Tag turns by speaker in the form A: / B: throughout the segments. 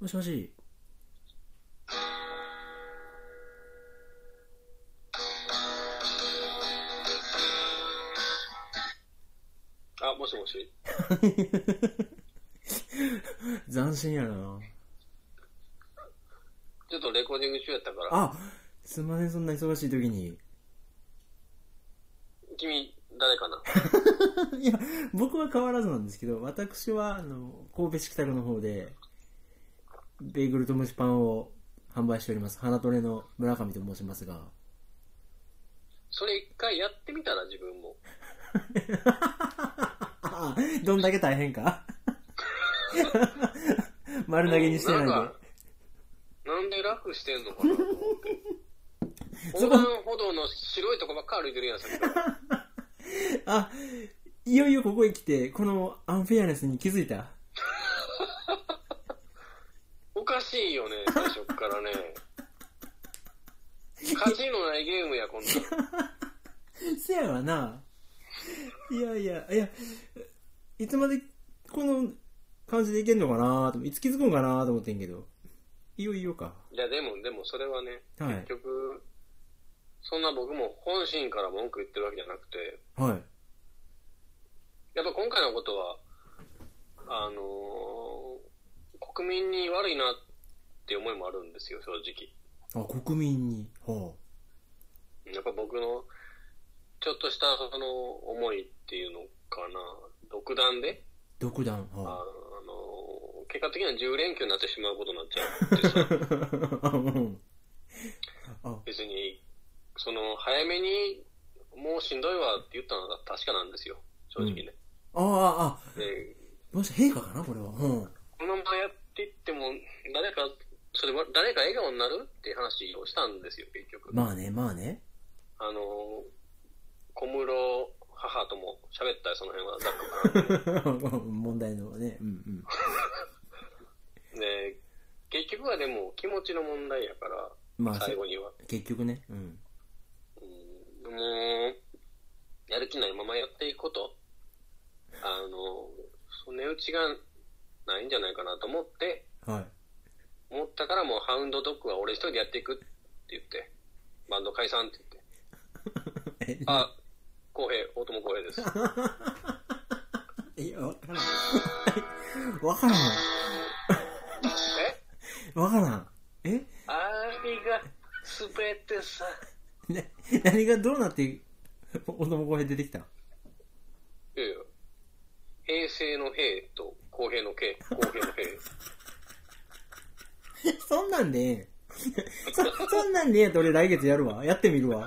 A: もしもし。
B: あ、もしもし。
A: 斬新やな。
B: ちょっとレコーディング中やったから。
A: あすんません、そんな忙しい時に。
B: 君、誰かない
A: や、僕は変わらずなんですけど、私は、あの、神戸市北区の方で、ベーグルと蒸しパンを販売しております。花トレの村上と申しますが。
B: それ一回やってみたら、自分も。
A: あどんだけ大変か 丸投げにしてない
B: うん
A: で
B: か。なんで楽してんのかなと思って。
A: そ
B: 横
A: こ
B: 断歩道の白いとこばっか歩いてるやん、さっきから。
A: あ、いよいよここへ来て、このアンフェアネスに気づいた。
B: おかしいよね、最初っか らね。勝ちのないゲームや、こんなん。
A: せやわな。いやいや、いや、いつまでこの感じでいけんのかなと、いつ気づくんかなと思ってんけど。いよいよか。
B: いや、でも、でも、それはね、
A: はい
B: 結局、そんな僕も本心から文句言ってるわけじゃなくて、
A: はい。
B: やっぱ今回のことは、あのー国民に悪いなって思いもあるんですよ、正直。
A: あ、国民に。は
B: やっぱ僕の、ちょっとしたその思いっていうのかな、独断で、
A: あ。独断。
B: あ
A: は
B: のー結果的には10連休になってしまうことになっち ゃうってさ
A: あ。うんあ、
B: 別に、その、早めに、もうしんどいわって言ったのが確かなんですよ、正直ね。
A: ああ、あ、
B: で
A: もし陛下かなこれは。うん。
B: このままやっていっても、誰か、それは誰か笑顔になるって話をしたんですよ、結局。
A: まあね、まあね。
B: あのー、小室母とも喋ったよ、その辺は。ざっくばらん
A: 問題のね。うんうん。
B: で、結局はでも気持ちの問題やから、
A: まあ、
B: 最後には。
A: 結局ね。うん。
B: うん、もう、やる気ないままやっていくこと、あのー、値打ちがないんじゃないかなと思って、
A: はい。
B: 思ったからもうハウンドドッグは俺一人でやっていくって言って、バンド解散って言って。
A: え、
B: あ、浩平、大友浩平です。
A: いや、わ からん。わからんわ。
B: え
A: わからん。え
B: あれがすべてさ。
A: な、何がどうなって、おの 声出てきた
B: いやいや。平成の平と公平の慶、公 平の平。
A: そんなんでええん そ、そんなんでええんやったら俺来月やるわ。やってみるわ。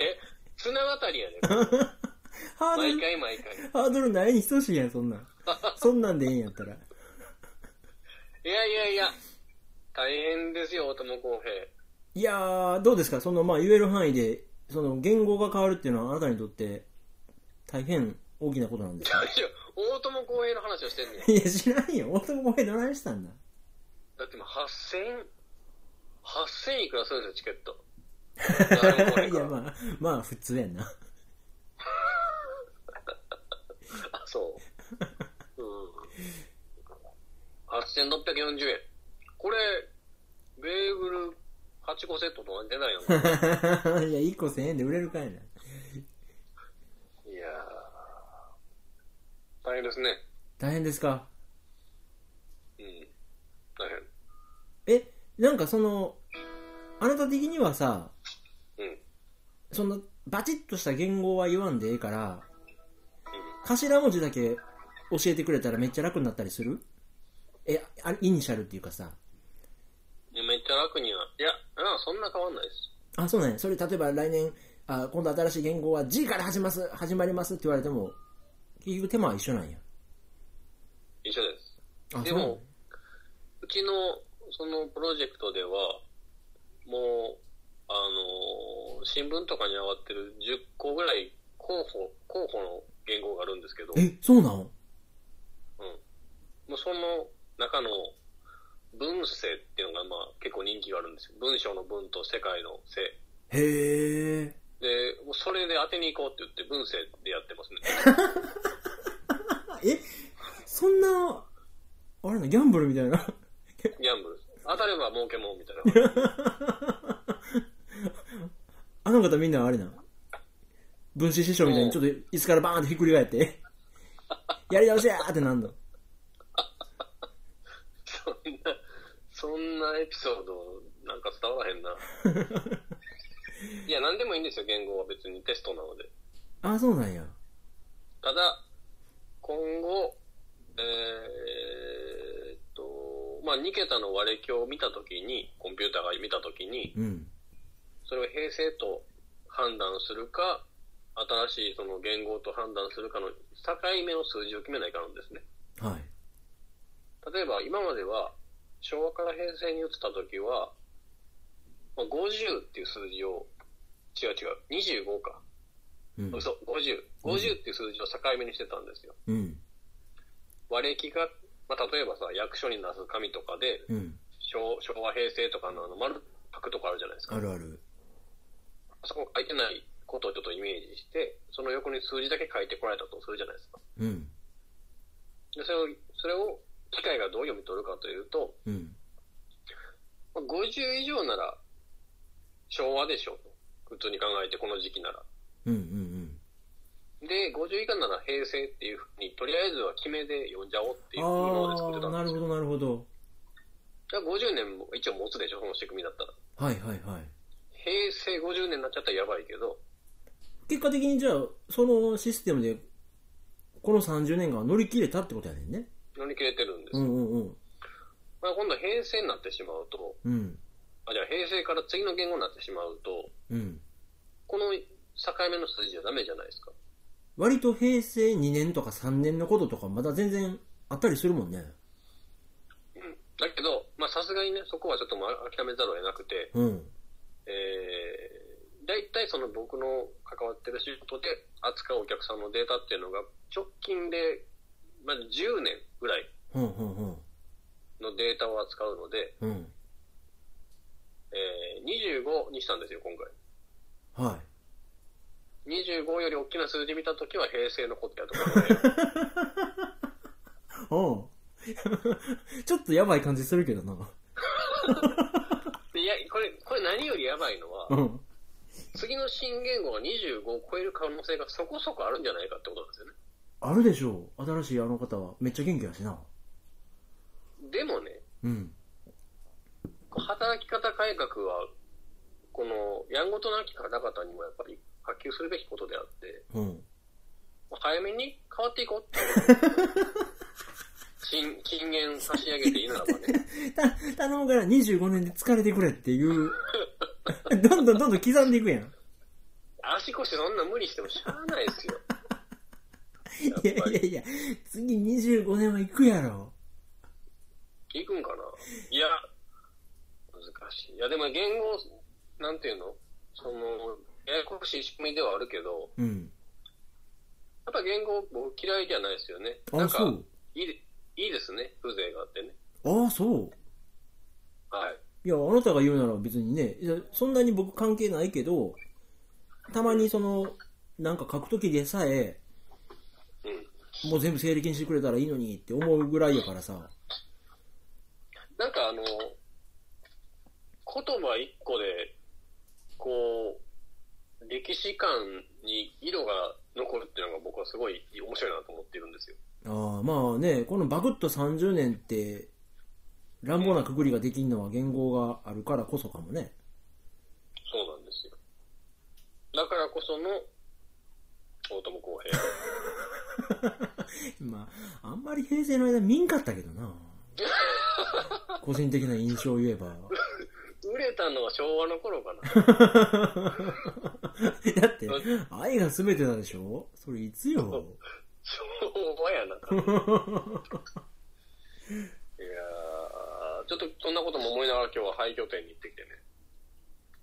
B: え、綱渡りやね。
A: ハード
B: 毎
A: ル、
B: 回毎回。
A: ハードルないに等しいやん、そんなん。そんなんでええんやったら。
B: いやいやいや。大変ですよ、大友公平。
A: いやー、どうですかその、まあ、言える範囲で、その、言語が変わるっていうのはあなたにとって、大変大きなことなんです か
B: いや大友公平の話をしてんねん。
A: いや、知らんよ。男声どないしたんだ。
B: だってもう8000、8000いくらするんですよ、チケット。大友公 平
A: い
B: か
A: や、
B: ら
A: まあ、まあ、普通やんな。
B: あ、そう。うん。8640円。これ、ベーグル8個セットと同じ値段やもん。
A: いや、1個1000円で売れるかいな。
B: いやー。大変ですね。
A: 大変ですか
B: うん。大変。
A: え、なんかその、あなた的にはさ、
B: うん。うん。
A: その、バチッとした言語は言わんでええから、頭文字だけ教えてくれたらめっちゃ楽になったりするえ、あイニシャルっていうかさ。
B: いやめっちゃ楽には。いや、うん、そんな変わんないです。
A: あ、そうなんや。それ例えば来年、あ今度新しい言語は G から始ます始まりますって言われても、結局手間は一緒なんや。
B: 一緒です。
A: あ、
B: で
A: そうなんや
B: も、うちの、そのプロジェクトでは、もう、あのー新聞とかに上がってる10個ぐらい候補、候補の言語があるんですけど、
A: え、そうなの
B: もうその中の文世っていうのがまあ結構人気があるんですよ。文章の文と世界の世。
A: へえ。
B: で、もうそれで当てに行こうって言って文世でやってますね。
A: あえ、そんな、あれな、ギャンブルみたいな。
B: ギャンブル。当たれば儲けもんみたいな。
A: あの方みんなあれな。分子師匠みたいにちょっと椅子からバーンってひっくり返って、 やり直しやーってなんだ。
B: そんな、 そんなエピソードなんか伝わらへんな。いや、なんでもいいんですよ、言語は別にテストなので。
A: あ、そうなんや。
B: ただ、今後、えーっと、まあ、2桁の割れ表を見たときに、コンピューターが見たときに、
A: うん。
B: それを平成と判断するか、新しいその言語と判断するかの境目の数字を決めないかなんですね。
A: はい。
B: 例えば今までは、昭和から平成に移った時は、まあ50っていう数字を、違う違う、25か。
A: うん。
B: 嘘、50。50っていう数字を境目にしてたんですよ。
A: うん。
B: 割歴が、まあ、例えばさ、役所に出す紙とかで、
A: うん。
B: 昭昭和平成とかのあの丸書くとかあるじゃないですか
A: あ。るある。
B: そこ書いてないことをちょっとイメージして、その横に数字だけ書いてこられたとするじゃないですか。
A: うん。
B: で、それを、それを機械がどう読み取るかというと、
A: うん。
B: まあ50以上なら昭和でしょうと。普通に考えてこの時期なら。
A: うん。うん。
B: で、50以下なら平成っていうふうに、とりあえずは決めで読んじゃおうって
A: う
B: い
A: ん。
B: うもので作って
A: あ
B: た
A: あ、
B: ん
A: な
B: で
A: る
B: す
A: ほ
B: よ。
A: ど、なるほど。
B: じゃあ50年も一応持つでしょ、その仕組みだったら。
A: はいはいはい。
B: 平成50年になっちゃったらやばいけど、
A: 結果的にじゃあ、そのシステムで、この30年間は乗り切れたってことやねんね。
B: 乗り切れてるんです
A: う
B: よ。
A: んうんうん。
B: まあ、今度平成になってしまうと、
A: うん。
B: あじゃあ平成から次の言語になってしまうと、
A: うん。
B: この境目の数字はダメじゃないですか。
A: 割と平成2年とか3年のこととかまだ全然あったりするもんね。
B: うん。だけど、まあさすがにね、そこはちょっともう諦めざるを得なくて、
A: うん。
B: えー、だいたいその僕の関わってる仕事で扱うお客さんのデータっていうのが、直近で、まあ10年ぐらい
A: うんうん
B: のデータを扱うので、
A: うん。うん。
B: えー、25にしたんですよ、今回。
A: は
B: 25より大きな数字見たときは平成のことやとか、ね、
A: い。おう ちょっとやばい感じするけどな。
B: でいや、これ、これ何よりやばいのは
A: う、ん。
B: 次の新言語が25を超える可能性がそこそこあるんじゃないかってことなんですよね。
A: あるでしょう。新しいあの方は。めっちゃ元気やしな。
B: でもね、
A: うん。
B: 働き方改革は、この、やんごとなき方々にもやっぱり波及するべきことであって、
A: うん。
B: 早めに変わっていこ うって。金、金言差し上げていいならばね。
A: た、頼むから25年で疲れてくれっていう。 どんどんどんどん刻んでいくやん。
B: 足腰そんな無理してもしゃあないですよ。
A: いやいやいや、次25年は行くやろ。
B: 行くんかないや、難しい。いや、でも言語、なんていうのその、ややこしい仕組みではあるけど、
A: うん。
B: やっぱ言語僕嫌いじゃないですよね。な
A: あ、
B: んか
A: そう。
B: いいで、いいですね。風情があってね。
A: あ、そう。
B: はい。
A: いや、あなたが言うなら別にね、いやそんなに僕関係ないけど、たまにその、なんか書くときでさえ、
B: うん。
A: もう全部整理券してくれたらいいのにって思うぐらいやからさ。
B: なんかあの、言葉一個で、こう、歴史感に色が残るっていうのが僕はすごい面白いなと思ってるんですよ。
A: ああ、まあね、このバクッと30年って、乱暴なくくりができるのは言語があるからこそかもね。
B: そうなんですよ。だからこその、大友康平。
A: まあ、あんまり平成の間見んかったけどな。個人的な印象を言えば。
B: 売れたのは昭和の頃かな。
A: だって、愛が全てなんでしょそれいつよ。
B: 昭和やな。いやー、ちょっとそんなことも思いながら今日は廃墟店に行ってきてね。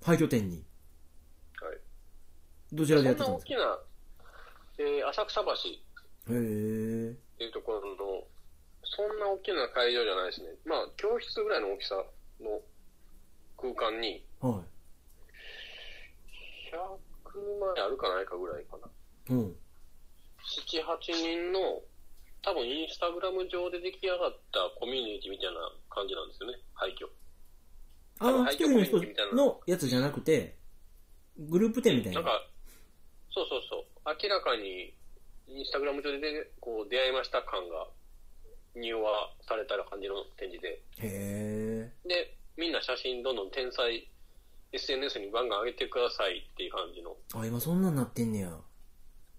A: 廃拠店に。
B: はい。
A: どちらでやって
B: そ
A: た
B: ん
A: んで
B: な大
A: す
B: きな、えー浅草橋っ
A: かへえ。
B: ていうところの、そんな大きな会場じゃないですね。まあ、教室ぐらいの大きさの空間に、
A: は
B: 100万円あるかないかぐらいかな。
A: い。うん。
B: 7、8人の、多分インスタグラム上で出来上がったコミュニティみたいな感じなんですよね、廃墟。
A: あの、
B: 廃
A: 一
B: 墟
A: 人の人
B: コミュニティみたいな
A: のやつじゃなくて、グループ展みたい
B: な
A: な。
B: んか、そうそうそう、明らかに、インスタグラム上で、こう、出会いました感が、入話されたら感じの展示で、
A: へ
B: で、みんな写真どんどん天才、SNS にガンガン上げてくださいっていう感じの。
A: え。あ、今そんなんなってんねや。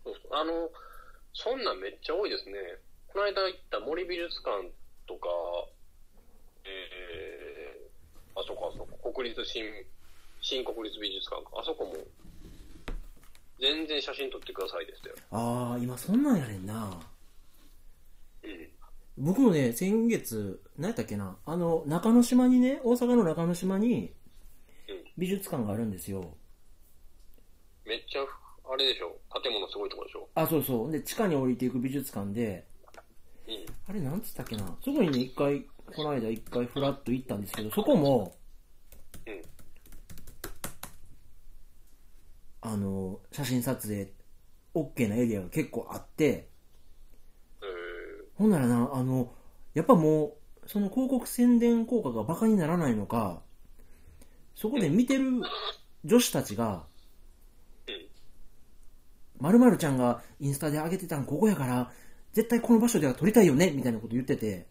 B: そうそうあの、そんなんめっちゃ多いですね。この間行った森美術館とか、えー、あそこあそこ、国立新、新国立美術館か、あそこも、全然写真撮ってくださいでしたよ。
A: ああ、今そんなんやねんな。
B: うん。
A: 僕もね、先月、何やったっけな、あの、中之島にね、大阪の中之島に
B: うん、
A: 美術館があるんですよ。
B: めっちゃ、あれでしょ、建物すごいとこでしょ。
A: あ、そうそう。で、地下に降りていく美術館で、
B: うん。
A: あれ、なんつったっけな、そこにね、一回、この間一回フラッと行ったんですけど、そこも、
B: うん。
A: あの、写真撮影、OK なエリアが結構あって、
B: えー、
A: ほんならな、あの、やっぱもう、その広告宣伝効果がバカにならないのか、そこで見てる女子たちが、まるまるちゃんがインスタで上げてたんここやから、絶対この場所では撮りたいよね、みたいなこと言ってて、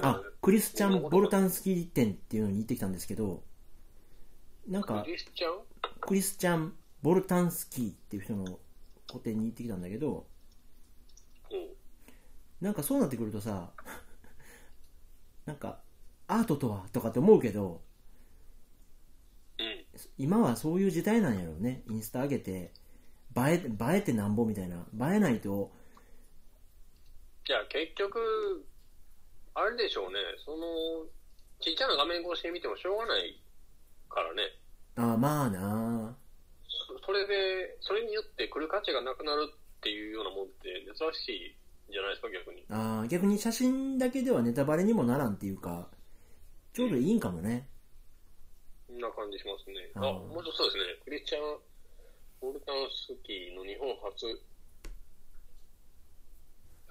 B: えー、
A: あ、クリスチャン・ボルタンスキー店っていうのに行ってきたんですけど、なんか
B: ク、リスチャン
A: クリスチャン・ボルタンスキーっていう人の個展に行ってきたんだけど、
B: うん。
A: なんかそうなってくるとさ、なんか、アートとはとかって思うけど、
B: うん。
A: 今はそういう時代なんやろうね。インスタ上げて、映え、映えてなんぼみたいな。映えないと、
B: じゃあ結局、あれでしょうね、その、ちっちゃな画面越しに見てもしょうがないからね、
A: あまあな
B: そそれで、それによって来る価値がなくなるっていうようなもんって珍しいんじゃないですか、逆に。
A: ああ逆に写真だけではネタバレにもならんっていうか、ちょうどいいんかもね。
B: そんな感じしますね。あ、
A: あー
B: もうちょっとそうですね、クリスチャン・ボルタンスキーの日本初、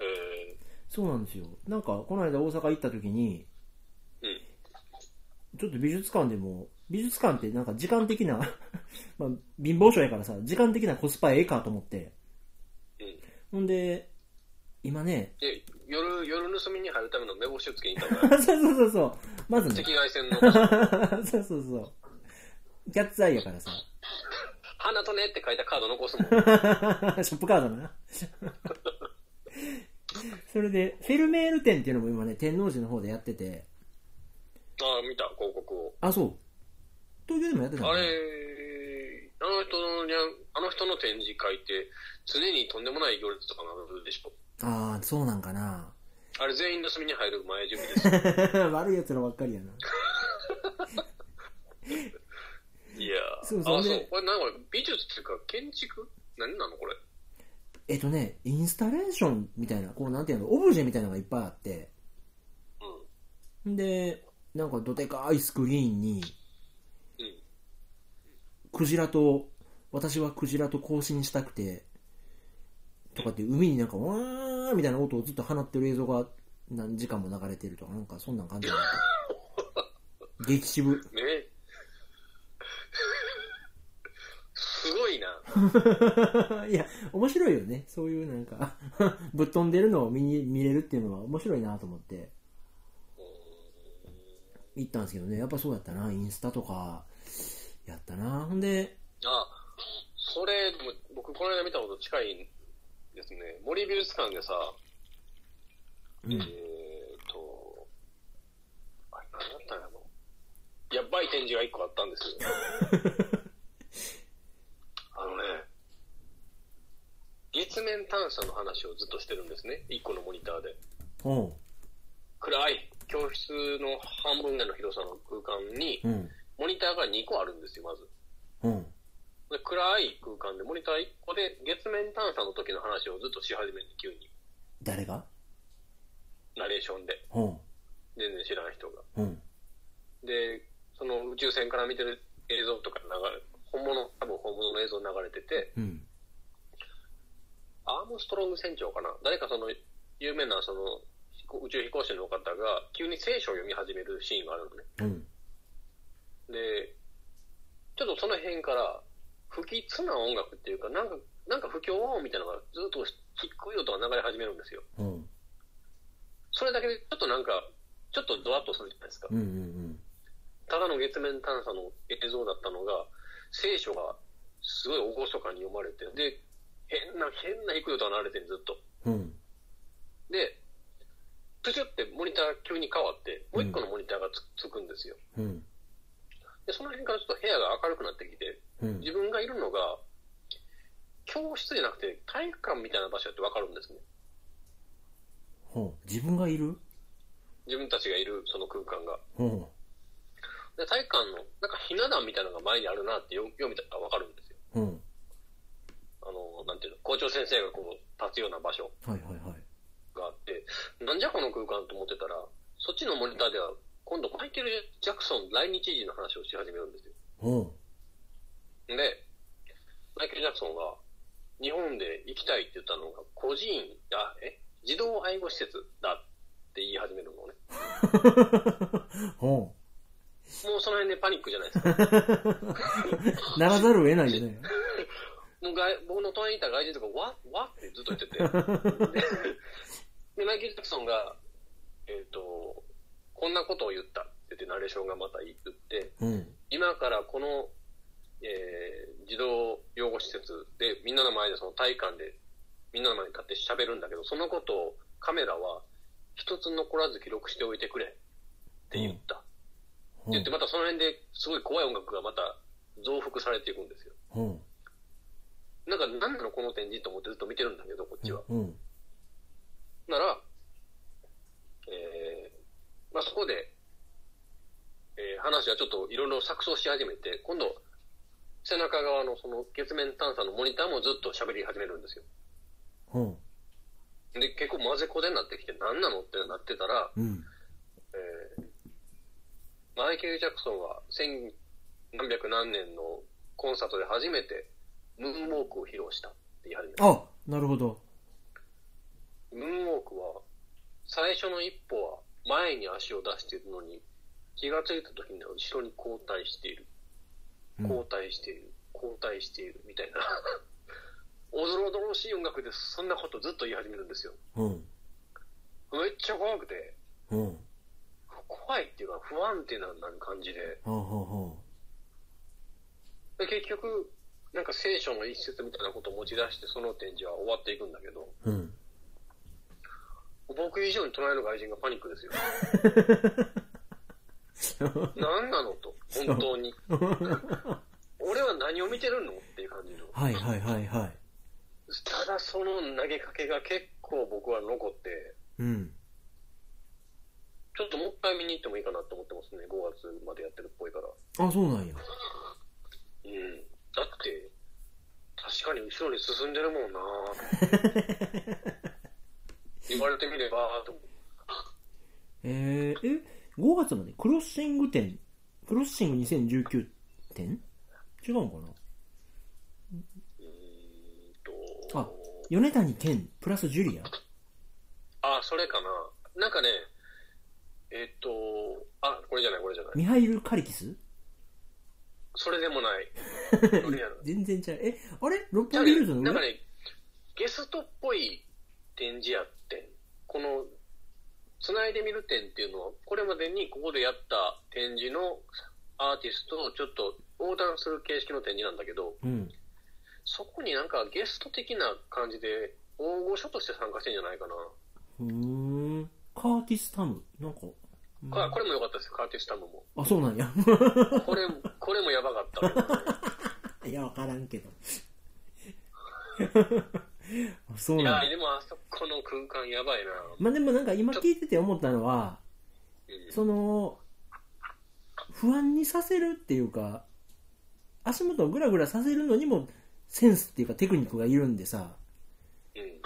B: え
A: そうなんですよ。なんか、この間大阪行った時に、
B: ー、うん。
A: ちょっと美術館でも、美術館ってなんか時間的な、 まあ、貧乏症やからさ、時間的なコスパええかと思って。
B: うん
A: ほんで、今ね、
B: で、夜、夜盗みに入るための目星をつけに行ったか
A: あそうそうそうそう、まず
B: ら、
A: ね、
B: 赤外線の場所、
A: そうそうそう、キャッツアイやからさ、
B: 花とねって書いたカード残すもん。
A: ショップカードな。 それで、フェルメール展っていうのも今ね、天王寺の方でやってて、
B: ああ、見た、広告を。
A: あ、そう。東京でもやってたの
B: あれ、あの人のにゃん、あの人の展示会って、常にとんでもない行列とかなるでしょ。
A: ああ、そうなんかな。
B: あれ全員盗みに入る前準備です。
A: 悪い奴らばっかりやな。
B: いやー。
A: そうそう
B: あ、そ
A: で
B: う。これなんか美術っていうか、建築何なのこれ。
A: えっとね、インスタレーションみたいな、こうなんていうの、オブジェみたいなのがいっぱいあって、
B: うん。
A: で、なんかどでかいスクリーンに、
B: うん。
A: クジラと、私はクジラと交信したくて、とかって海になんか、わーみたいな音をずっと放ってる映像が何時間も流れてるとか、なんかそんなん感じだった。 激渋。
B: ね すごいな。
A: いや、面白いよね。そういうなんか、 ぶっ飛んでるのを見に見れるっていうのは面白いなと思って。行ったんですけどね、やっぱそうだったな。インスタとか、やったな。ほんで、
B: あ、それ、でも僕この間見たこと近いですね。森美術館でさ、
A: うん
B: えーっと、あれ何だったんやろやばい展示が一個あったんですよ。 あのね、月面探査の話をずっとしてるんですね。一個のモニターで。
A: おう、
B: 暗い教室の半分ぐらいの広さの空間に
A: うん、
B: モニターが2個あるんですよ、まず。
A: うん。
B: で暗い空間で、モニター1個で、月面探査の時の話をずっとし始める急に、
A: 誰が
B: ナレーションで。
A: うん。
B: 全然知らん人が。
A: うん。
B: で、その宇宙船から見てる映像とか流れ、本物、多分本物の映像流れてて、
A: うん。
B: アームストロング船長かな誰かその、有名なその、飛行宇宙飛行士の方が、急に聖書を読み始めるシーンがあるのね。
A: うん。
B: で、ちょっとその辺から、不吉な音楽っていうか、なんか、なんか不協和音みたいなのがずっと低い音が流れ始めるんですよ。
A: うん。
B: それだけでちょっとなんか、ちょっとドワッとするじゃないですか
A: うん。。うん。
B: ただの月面探査の映像だったのが、聖書がすごい厳かに読まれて、で、変な、変な低い音が流れてるずっと。
A: うん。うん。
B: で、プシュってモニター急に変わって、もう一個のモニターがつ,、つくんですよ。
A: うん。
B: で、その辺からちょっと部屋が明るくなってきて、
A: うん。
B: 自分がいるのが、教室じゃなくて体育館みたいな場所ってわかるんですね。
A: うん。自分がいる
B: 自分たちがいるその空間が。
A: うん。
B: で、体育館の、なんかひな壇みたいなのが前にあるなってよ読みたらわかるんですよ。
A: うん。
B: あの、なんていうの、校長先生がこう立つような場所。
A: はいはいはい。
B: があって、なんじゃこの空間と思ってたら、そっちのモニターでは、今度マイケル・ジャクソン来日時の話をし始めるんですよ。
A: うん。
B: で、マイケル・ジャクソンが、日本で行きたいって言ったのが、孤児院、あ、え児童愛護施設だって言い始めるのね。
A: うん。
B: もうその辺でパニックじゃないですか。
A: ならざるを得ないよね。
B: もう外僕の隣にいた外人とか、わわってずっと言ってて。で、でマイケル・ジャクソンが、えっ、と、こんなことを言ったって言って、ナレーションがまた言って、
A: うん。
B: 今からこの、えー児童養護施設で、みんなの前でその体育館で、みんなの前に立って喋るんだけど、そのことをカメラは一つ残らず記録しておいてくれって言った。
A: う
B: 言
A: ん
B: って、。またその辺ですごい怖い音楽がまた増幅されていくんですよ。
A: うん。
B: なんか、なんなのこの展示と思ってずっと見てるんだけど、こっちは。
A: うん。
B: なら、えーまあ、そこで、えー話はちょっといろいろ錯綜し始めて、今度、背中側のその月面探査のモニターもずっと喋り始めるんですよ。
A: うん。
B: で、結構混ぜこぜになってきて、何なのってなってたら、
A: うん。
B: えーマイケル・ジャクソンは千何百何年のコンサートで初めてムーンウォークを披露したって言い始めた。
A: あなるほど。
B: ムーンウォークは、最初の一歩は前に足を出しているのに、気がついた時には後ろに後退している。
A: うん
B: 後退している。後退している。みたいな。 おぞろおどろしい音楽でそんなことずっと言い始めるんですよ。
A: うん。
B: めっちゃ怖くて、
A: うん。うん。
B: 怖いっていうか不安定な感じで。
A: うん。
B: で結局、なんか聖書の一節みたいなことを持ち出してその展示は終わっていくんだけど、
A: うん。
B: 僕以上に隣の外人がパニックですよ。何なのと、本当に。俺は何を見てるのっていう感じの。
A: はいはいはいはい。
B: ただその投げかけが結構僕は残って、
A: うん。
B: ちょっともう一回見に行ってもいいかなと思ってますね。5月までやってるっぽいから。
A: あ、そうなんや。
B: うん。だって、確かに後ろに進んでるもんなぁ言われてみれば、と思って
A: えー、え、5月までクロッシング展、クロッシング2019展違うのかな
B: うーんと。
A: あ米谷健、プラスジュリア
B: あ、それかな。なんかね、えっと、あ、これじゃない、これじゃない。
A: ミハイル・カリキス
B: それでもない。どれやろ
A: 全然違う。え、あれ六
B: じゃあ
A: 本木ヒルズの
B: ね、なんか
A: 裏
B: ね、ゲストっぽい展示やってん。この、つないでみる展っていうのは、これまでにここでやった展示のアーティストをちょっと横断する形式の展示なんだけど、
A: うん。
B: そこになんかゲスト的な感じで、大御所として参加してんじゃないかな。
A: ふーん。カーティス・タム。なんか。うん
B: これこれも良かったですよ、カーティスタムも。
A: あ、そうなんや。
B: これ、これもやばかった。
A: いや、わからんけど。 あそう
B: い
A: な
B: や
A: んや。
B: でもあそこの空間やばいな。
A: まあ、でもなんか今聞いてて思ったのは、
B: うん
A: その、不安にさせるっていうか足元をグラグラさせるのにもセンスっていうかテクニックがいるんでさ
B: うん。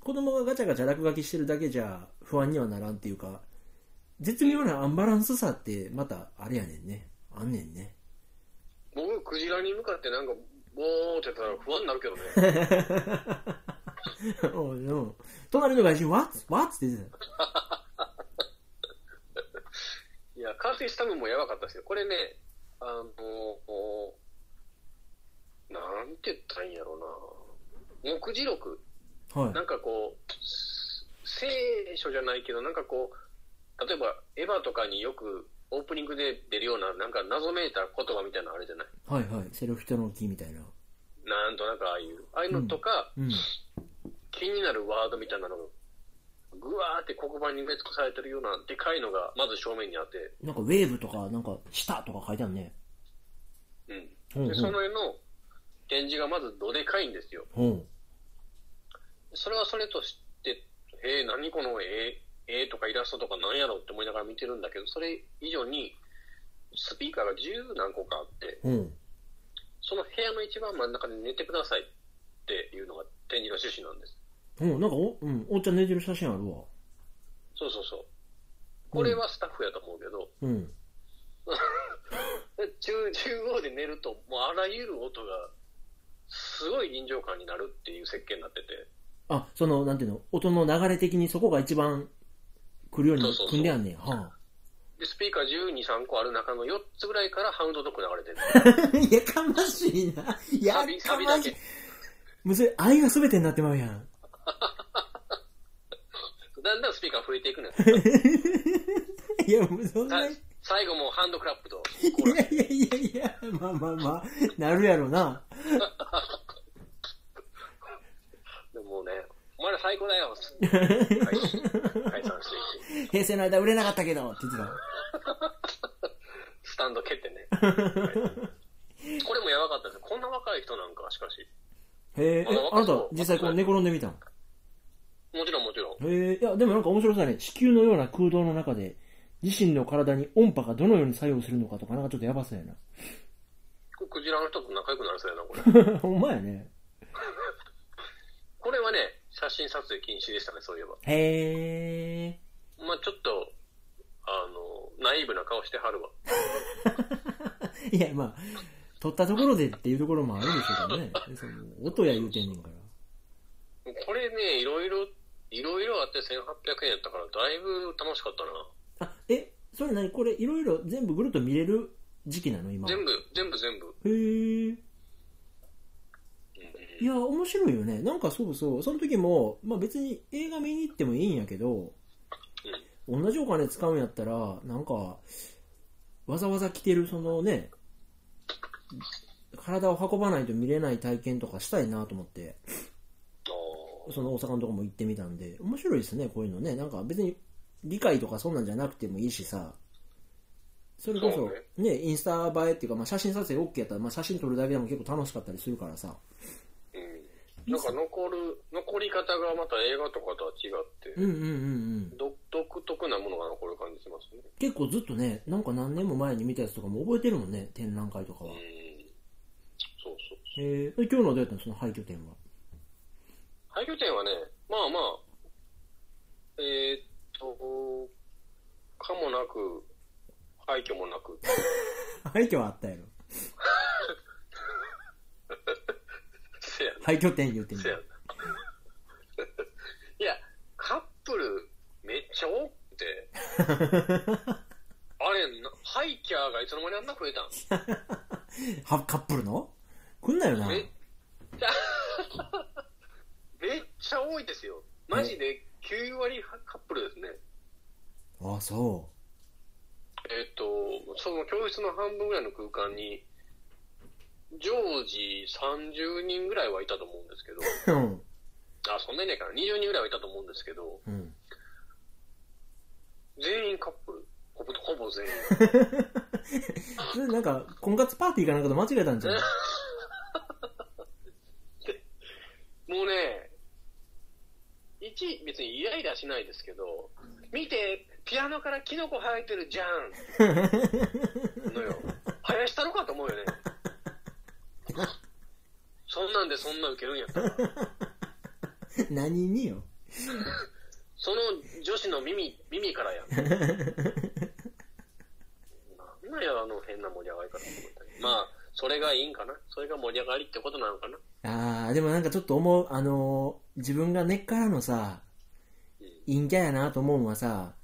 A: 子供がガチャガチャ落書きしてるだけじゃ不安にはならんっていうか絶妙なアンバランスさってまたあれやねんねあんねんね
B: 僕、クジラに向かってなんか、ボーってやったら不安になるけど ね。
A: おいおい隣の外人「わっわっ」って言ってた
B: いや、完成したのもやばかったですよ。これね、あの、おなんて言ったらいいんやろうな。目次録。
A: はい
B: なんかこう、聖書じゃないけど、なんかこう、例えば、エヴァとかによくオープニングで出るような、なんか謎めいた言葉みたいなのあるじゃない。
A: はいはいセルフ人の木みたいな
B: なんとなくああいう。ああいうのとか、
A: うん
B: 気になるワードみたいなのが、ぐわーって黒板に埋め尽くされてるような、でかいのが、まず正面にあって、
A: なんかウェーブとかなんか下とか書いてあるね
B: うん。
A: うんう
B: で、そ
A: ん
B: の絵の展示がまずどでかいんですよ。
A: うん
B: それはそれとして、えー、何この絵、絵とかイラストとかなんやろうって思いながら見てるんだけど、それ以上に、スピーカーが十何個かあって、
A: うん
B: その部屋の一番真ん中で寝てくださいっていうのが展示の趣旨なんです。
A: うん、なんかお、うん、おっちゃん寝てる写真あるわ。
B: そうそうそう。これはスタッフやと思うけど、
A: うん。
B: 中中央で寝ると、もうあらゆる音が、すごい臨場感になるっていう設計になってて、
A: あ、その、なんていうの、音の流れ的にそこが一番来るよう
B: そ
A: に
B: うそうそう
A: 組んであんねん。は
B: でスピーカー12、3個ある中の4つぐらいからハウンドドッグ流れてる。
A: あ、 やかましいな。や
B: サビ、サ
A: か
B: ビ
A: ま
B: だ
A: しい
B: け。。
A: むずい、愛が全てになってまうやん。
B: だんだんスピーカー増えていくねん。
A: いや、むそんな。
B: さ
A: い
B: 最後もうハンドクラップと、コーラ
A: やいやいやいや、まあまあまあ、なるやろな。
B: でもうね、お前ら最高だよ、つって解散解散していく。
A: 平成の間売れなかったけど、って言ってた。
B: スタンド蹴ってね。これもやばかったですこんな若い人なんか、しかし。
A: へえ、え
B: まだ若、い
A: あなた
B: そう
A: 実際こう寝転んでみたん
B: もちろんもちろん。
A: へえ、いや、でもなんか面白そうだね。地球のような空洞の中で、自身の体に音波がどのように作用するのかとか、なんかちょっとやばそうやな。
B: これクジラの人と仲良くなりそうやな、これ。
A: ほんまやね。
B: これはね、写真撮影禁止でしたね、そういえば。
A: へえ。
B: まあちょっと、あの、ナイーブな顔してはるわ。
A: いや、まあ、撮ったところでっていうところもあるでしょうからね。その音や言うてんねんから。
B: これね、いろいろ、いろいろあって1800円やったから、だいぶ楽しかったな。
A: あ、え、それ何これ、いろいろ全部ぐるっと見れる時期なの今。
B: 全部、全部全部。
A: へえ。
B: うん
A: いや、面白いよね。なんかそうそう。その時も、まあ別に映画見に行ってもいいんやけど、同じお金使うんやったら、なんか、わざわざ着てる、そのね、体を運ばないと見れない体験とかしたいなと思って。
B: あ
A: その大阪のとこも行ってみたんで、面白いですね、こういうのね。なんか別に理解とかそんなんじゃなくてもいいしさ、それこ
B: そう
A: そ、ね、インスタ映えっていうか、まあ、写真撮影 OK やったら、まあ、写真撮るだけでも結構楽しかったりするからさ。
B: ーうん。なんか残る、残り方がまた映画とかとは違っ
A: う、
B: て
A: んうんうんうん。
B: 独独特なものが残る感じしますね。
A: 結構ずっとね、なんか何年も前に見たやつとかも覚えてるもんね、展覧会とか
B: う
A: は。
B: ん。そうそう。
A: えー、で今日のはどうやったのその廃墟展は。
B: 廃墟店はね、まあまあ、えーっと、かもなく、廃墟もなく、
A: 廃墟はあったやろ。
B: せや
A: 廃墟展言うてん
B: な、
A: の
B: せやな。いや、カップル、めっちゃ多く て、あれな、ハイキャーがいつの間にあんな増えたん
A: はカップルの来んなよな。
B: えめっちゃ多いですよ。マジで9割カップルですね。
A: あ、そ
B: えっと、その教室の半分ぐらいの空間に、常時30人ぐらいはいたと思うんですけど、
A: う。うん。
B: あ、そんなにいないかな、20人ぐらいはいたと思うんですけど、
A: うん。
B: 全員カップル。ほぼほぼ全員。
A: それなんか、婚活パーティーかなんかと間違えたんじゃん。
B: もうね、 1、別にイライラしないですけど、見て、ピアノからキノコ生えてるじゃんのよ。生やしたのかと思うよね。そんなんでそんな受けるんやったら。
A: 何によ。
B: その女子の耳、耳からやん。なんなんや、あの変な盛り上がり方と思ったけどまあ、それがいいんかな。それが盛り上がりってことなのかな。
A: ああ、でもなんかちょっと思う、あのー自分が根っからのさ、
B: う
A: 陰キャやなと思うのはさ、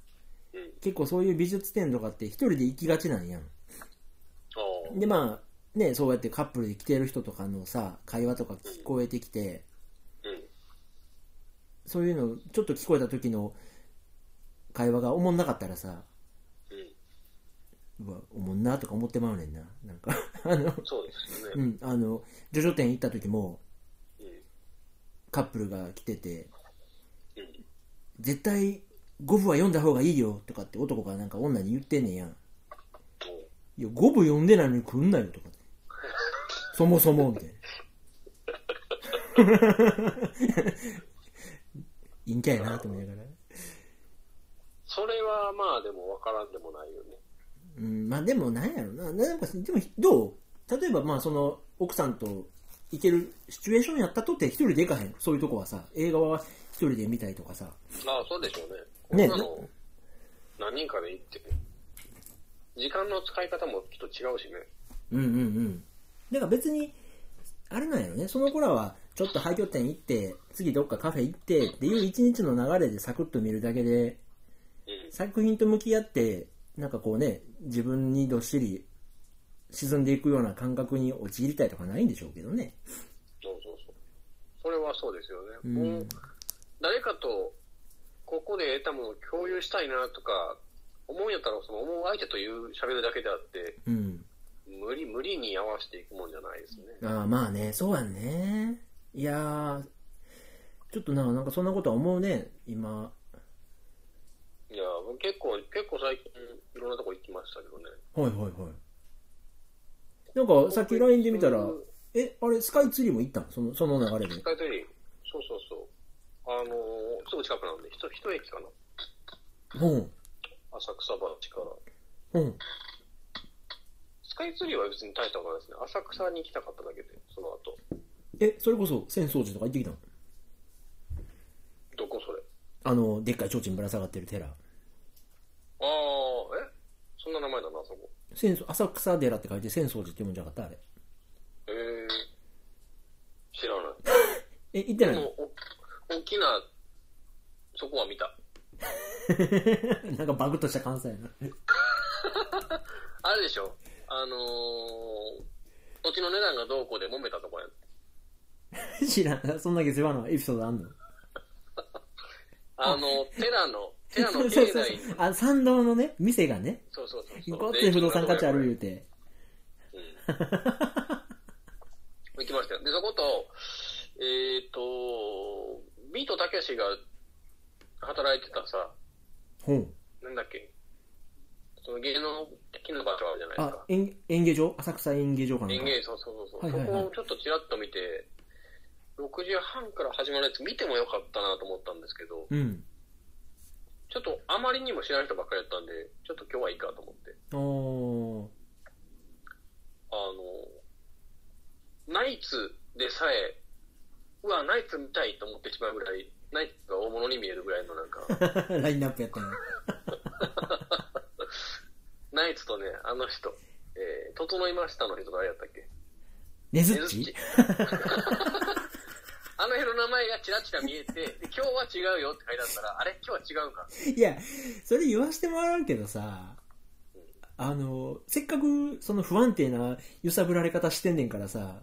B: ん。うん。
A: 結構そういう美術展とかって一人で行きがちなんやん。
B: ああ。
A: でまあねそうやってカップルで来てる人とかのさ会話とか聞こえてきて
B: うん。
A: そういうのちょっと聞こえた時の会話がおもんなかったらさ
B: うん。
A: うわおもんなとか思ってまうねんななんか あの
B: そうですよ
A: う
B: ね。
A: んあのジョジョ店行った時も
B: うん。
A: カップルが来てて
B: うん。
A: 絶対五部は読んだ方がいいよとかって男がなんか女に言ってんねんやん
B: おう
A: いや五部読んでないのに来んなよと かそもそもみたいな 陰キャやなと思いながら
B: それはまあでも分からんでもないよね。
A: うん、まあでもなんやろな、なんかでもどう例えばまあその奥さんと行けるシチュエーションやったとって一人で行かへん、そういうとこはさ、映画は一人で見たりとかさ、
B: まあそうでしょうね。こん
A: ね
B: なの何人かで行って、時間の使い方もきっと違うしね。
A: うんうんうん。だから別に、あれなんやろね、その子らはちょっと廃墟店行って、次どっかカフェ行ってっていう一日の流れでサクッと見るだけで、
B: うん。
A: 作品と向き合って、なんかこうね、自分にどっしり沈んでいくような感覚に陥りたいとかないんでしょうけどね。
B: そうそうそう。それはそうですよね。
A: うん
B: もう誰かとここで得たものを共有したいなとか、思うんやったらその思う相手という喋るだけであって、
A: うん。
B: 無理無理に合わせていくもんじゃないですね。
A: ああまあねそうやんねいやーちょっとななんかそんなことは思うね今
B: いや、僕結構、結構最近いろんなとこ行きましたけどね。
A: はいはいはいなんかさっき LINE で見たら
B: うん
A: えあれスカイツリーも行ったのそのその流れで
B: スカイツリー、そうそうそう。あのー、すぐ近くなんで、ひと一駅かな。
A: ほん
B: 浅草橋から。
A: ほん
B: スカイツリーは別に大したことないですね。浅草に行きたかっただけで、その後。
A: えそれこそ浅草寺とか行ってきたの
B: どこそれ。
A: あのでっかい提灯ぶら下がってる寺
B: ああ、えそんな名前だな、あそこ。
A: 浅草浅草寺って書いて浅草寺って読むんじゃなかったあれ
B: えー、知らない。
A: え行ってな
B: で
A: い
B: も、お大きな、そこは見た。
A: の なんかバグっとした関西やな
B: あれでしょあのー、土地の値段がどうこうで揉めたとこやん。
A: 知らんそんだけ世話のエピソードあんの
B: あの、寺の、寺の
A: そう
B: 境
A: そう
B: 内
A: そう
B: に
A: あ参道のね店がね
B: そうそうそうそう。
A: ごっつい不動産価値ある言うて
B: うん行きましたよ。で、そこと、えっ、と、ビートたけしが働いてたさ、
A: ほう
B: なんだっけ、その芸能的な場所あるじゃないです
A: あ
B: か。
A: 演演芸場浅草演芸場かなん
B: 演
A: か
B: 芸、そうそうそうそ
A: は
B: う。
A: いはいはい
B: そこをちょっとちらっと見て、6時半から始まるやつ見てもよかったなと思ったんですけど、
A: うん
B: ちょっとあまりにも知らない人ばっかりやったんで、ちょっと今日はいいかと思って。
A: お
B: あの、ナイツでさえ、うわ、ナイツ見たいと思ってしまうぐらい、ナイツが大物に見えるぐらいのなんか、
A: ー ラインナップやったんや
B: ナイツとね、あの人、えー、整いましたの人誰やったっけ
A: ねず
B: ね
A: っ
B: ずっ
A: ち
B: ち。 あの人の名前がちらちら見えて、で今日は違うよって書いてあったら、あれ今日は違うんか。
A: いやそれ言わしてもらうけどさあのせっかくその不安定な揺さぶられ方してんねんからさ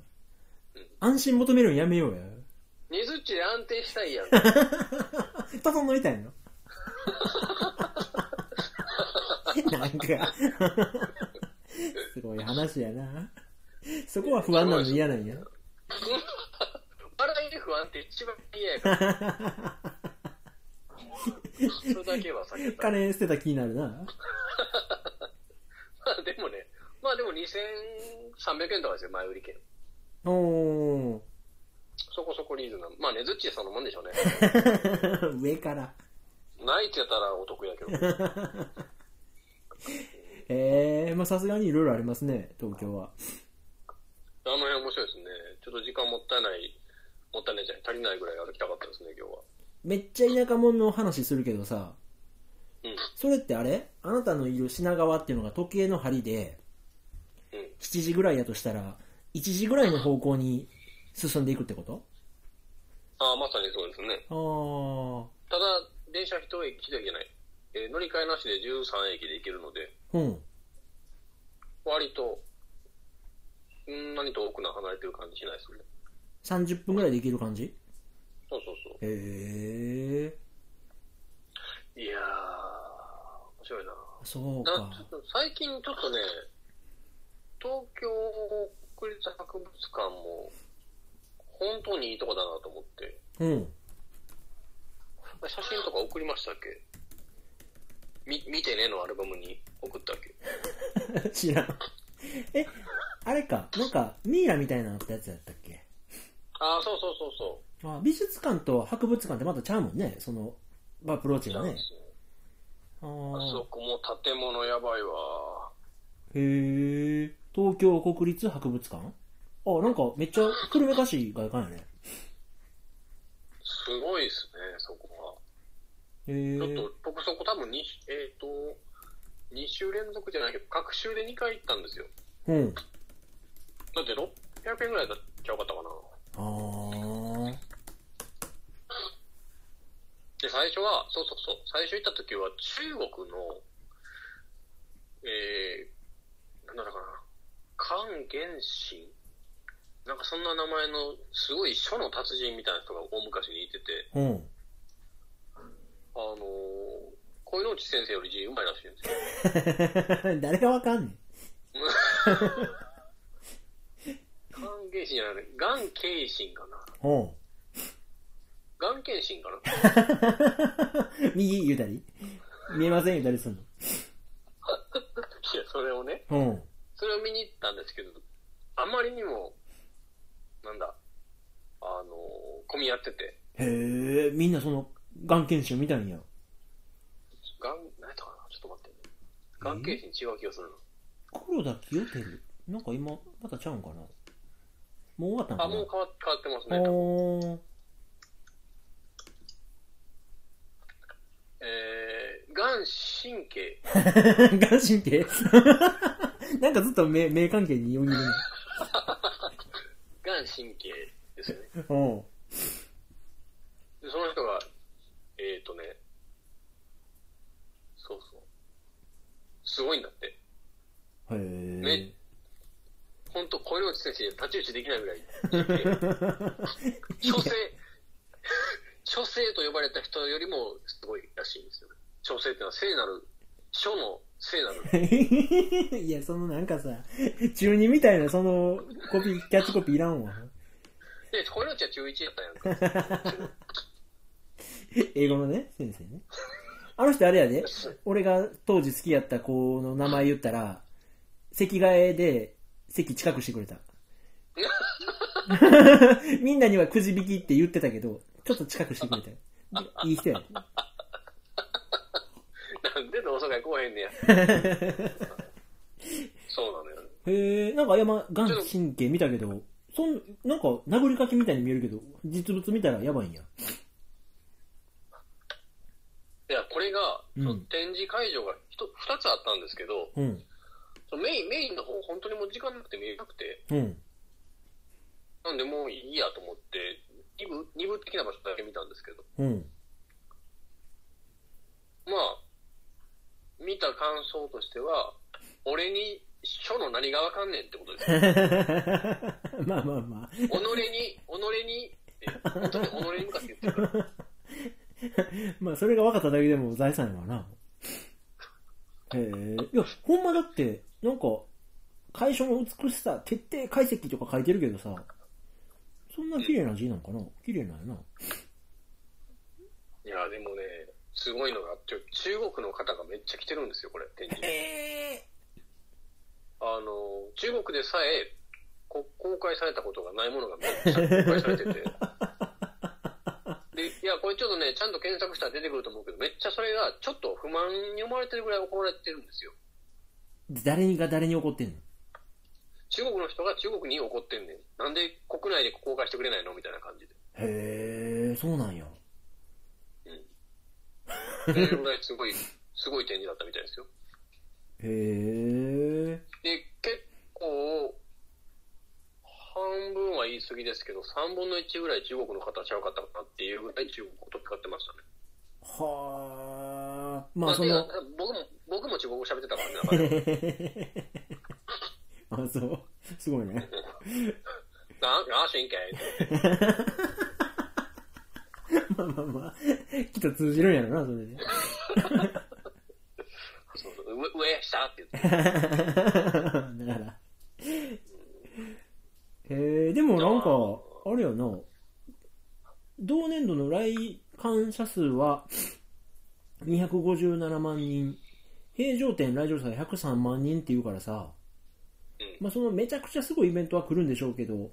B: うん
A: 安心求めるんやめようや
B: ねずっちで安定したいやん。
A: 整いたいの なんかすごい話やなそこは不安なの嫌なんや
B: 笑いで不安って一番嫌やから。それだけは避けたい。
A: 金捨てた気になるな
B: まあ でもね、まあでも2300円とかですよ、前売り券。
A: おー
B: そこそこリーズナブル。まあ、ねずっちさんのもんでしょうね。
A: 上から。
B: ナイツやったらお得やけど。
A: ええまあさすがにいろいろありますね、東京は。
B: あの辺面白いですね。ちょっと時間もったいない、もったいないじゃない、足りないぐらい歩きたかったですね、今日は。
A: めっちゃ田舎者の話するけどさ、
B: うん。
A: それってあれあなたのいる品川っていうのが時計の針で、
B: うん。
A: 7時ぐらいやとしたら、1時ぐらいの方向に進んでいくってこと
B: ああ、まさにそうですね。
A: あ
B: ただ、電車一駅しか行けない。えー乗り換えなしで13駅で行けるので、
A: あ、うん。
B: 割と、そんなに遠くな離れてる感じしないですね。
A: 30分ぐらいで行ける感じ
B: そうそうそう。
A: へえ、
B: いやー、面白いな。
A: そう
B: なち
A: か。
B: ょっと最近ちょっとね、東京国立博物館も、本当にいいとこだなと思って。
A: うん。
B: 写真とか送りましたっけみ、見てねのアルバムに送ったっけ
A: 知らん。え、あれか、なんか、ミイラみたいなのあったやつやったっけ
B: ああ、そうそうそうそう。
A: あ美術館と博物館ってまたちゃうもんね、その、アプローチが
B: なん
A: ね
B: で。すよ
A: あ
B: あ
A: ー
B: そこも建物やばいわ。
A: へえ、東京国立博物館あ、なんかめっちゃ久留米かしい外観やね。
B: すごいですね、そこは。
A: へ
B: ちょっ
A: え、
B: と、僕そこ多分にえっ、と、2週連続じゃないけど、各週で2回行ったんですよ。
A: うん。
B: だって600円ぐらいだっちゃうかったかな。
A: あー
B: で、最初は、そうそうそう、最初行った時は中国の、えー、なんだったかな、関元神なんかそんな名前の、すごい書の達人みたいな人が大昔にいてて、
A: うん。
B: あのー、恋の内先生より字うまいらしいんですよ。
A: 誰がわかんねん。
B: 関元神じゃない、元慶神かな。
A: うん。
B: 元慶神かな。
A: 右言うたり見えません言うたりすん
B: いや、それをね、
A: の。うん。
B: それを見に行ったんですけど、あまりにも、なんだ、あのー、混み合ってて、
A: へえ、みんなその、眼検診みたいんや。
B: がん、何やったかなちょっと待ってね。眼形神違う気がするな。
A: 黒田清輝なんか今、またちゃうんかなもう終わったんか
B: あ、
A: な
B: もう変わ変わってます
A: あ
B: ね。
A: ー
B: えー、眼神経。
A: 眼神経 なんかずっと目、目関係によぎる
B: 眼神経で すよね。
A: な。うん。
B: で、その人が、えーとね、そうそう。すごいんだって。
A: へ
B: ね
A: え。
B: ほんと、小内先生、太刀打ちできない ぐらいいて。書生、書生と呼ばれた人よりもすごいらしいんですよね。書生ってのは聖なる、書の聖なる。
A: いや、そのなんかさ、中二みたいな、その、コピー、キャッチコピーいらんわ。
B: で、小内は中1やったやんか。
A: 英語のね、先生ね。あの人あれやで、俺が当時好きやった子の名前言ったら、席替えで席近くしてくれた。みんなにはくじ引きって言ってたけど、ちょっと近くしてくれたよ。いい人やで。
B: なんで同窓会来お へんねや。そうなのよ。
A: へえ、なんか山、眼神経見たけど、そん、なんか殴りかけみたいに見えるけど、実物見たらやばいんや。
B: いや、これが、
A: うん
B: その展示会場がひと2つあったんですけど、
A: うん、
B: そのメイン、メインの方、本当にもう時間なくて見えなくて、
A: うん、
B: なんでもういいやと思って、二部、二部的な場所だけ見たんですけど、
A: うん。
B: まあ、見た感想としては、俺に書の何がわかんねんってこ とです。
A: まあまあまあ。
B: 己に、己に、え本当に己に向かって言ってるから。
A: まあ、それが分かっただけでも財産やわな。へえ。いや、ほんまだって、なんか、楷書の美しさ、徹底解析とか書いてるけどさ、そんな綺麗な字なんかな綺麗なんやな。
B: いや、でもね、すごいのがあって、中国の方がめっちゃ来てるんですよ、これ、展示。
A: え
B: あの、中国でさえ、こ公開されたことがないものがめっちゃ公開されてて。で、いや、これちょっとね、ちゃんと検索したら出てくると思うけど、めっちゃそれがちょっと不満に思われてるぐらい怒られてるんですよ。
A: 誰が誰に怒ってんの
B: 中国の人が中国に怒ってんねん。なんで国内で公開してくれないのみたいな感じで。
A: へえそうなんや
B: っていうぐらいすごい、すごい展示だったみたいですよ。
A: へえ
B: で、結構、半分は言い過ぎですけど、3分の1ぐらい中国の方ちゃうかったかなっていうぐらい中国語と使ってましたね。
A: はあまあそ
B: いや
A: の
B: 僕も、僕も中国語喋ってたからね。
A: あそうすごいね
B: なんか、な、神経
A: まあまあまあきっと通じるんやろなそれで
B: そうそう上、上、下って言って。
A: だから。へえ、でもなんか、あれやな、同年度の来館者数は257万人、平常点来場者が103万人っていうからさ、
B: うん
A: まあそのめちゃくちゃすごいイベントは来るんでしょうけど、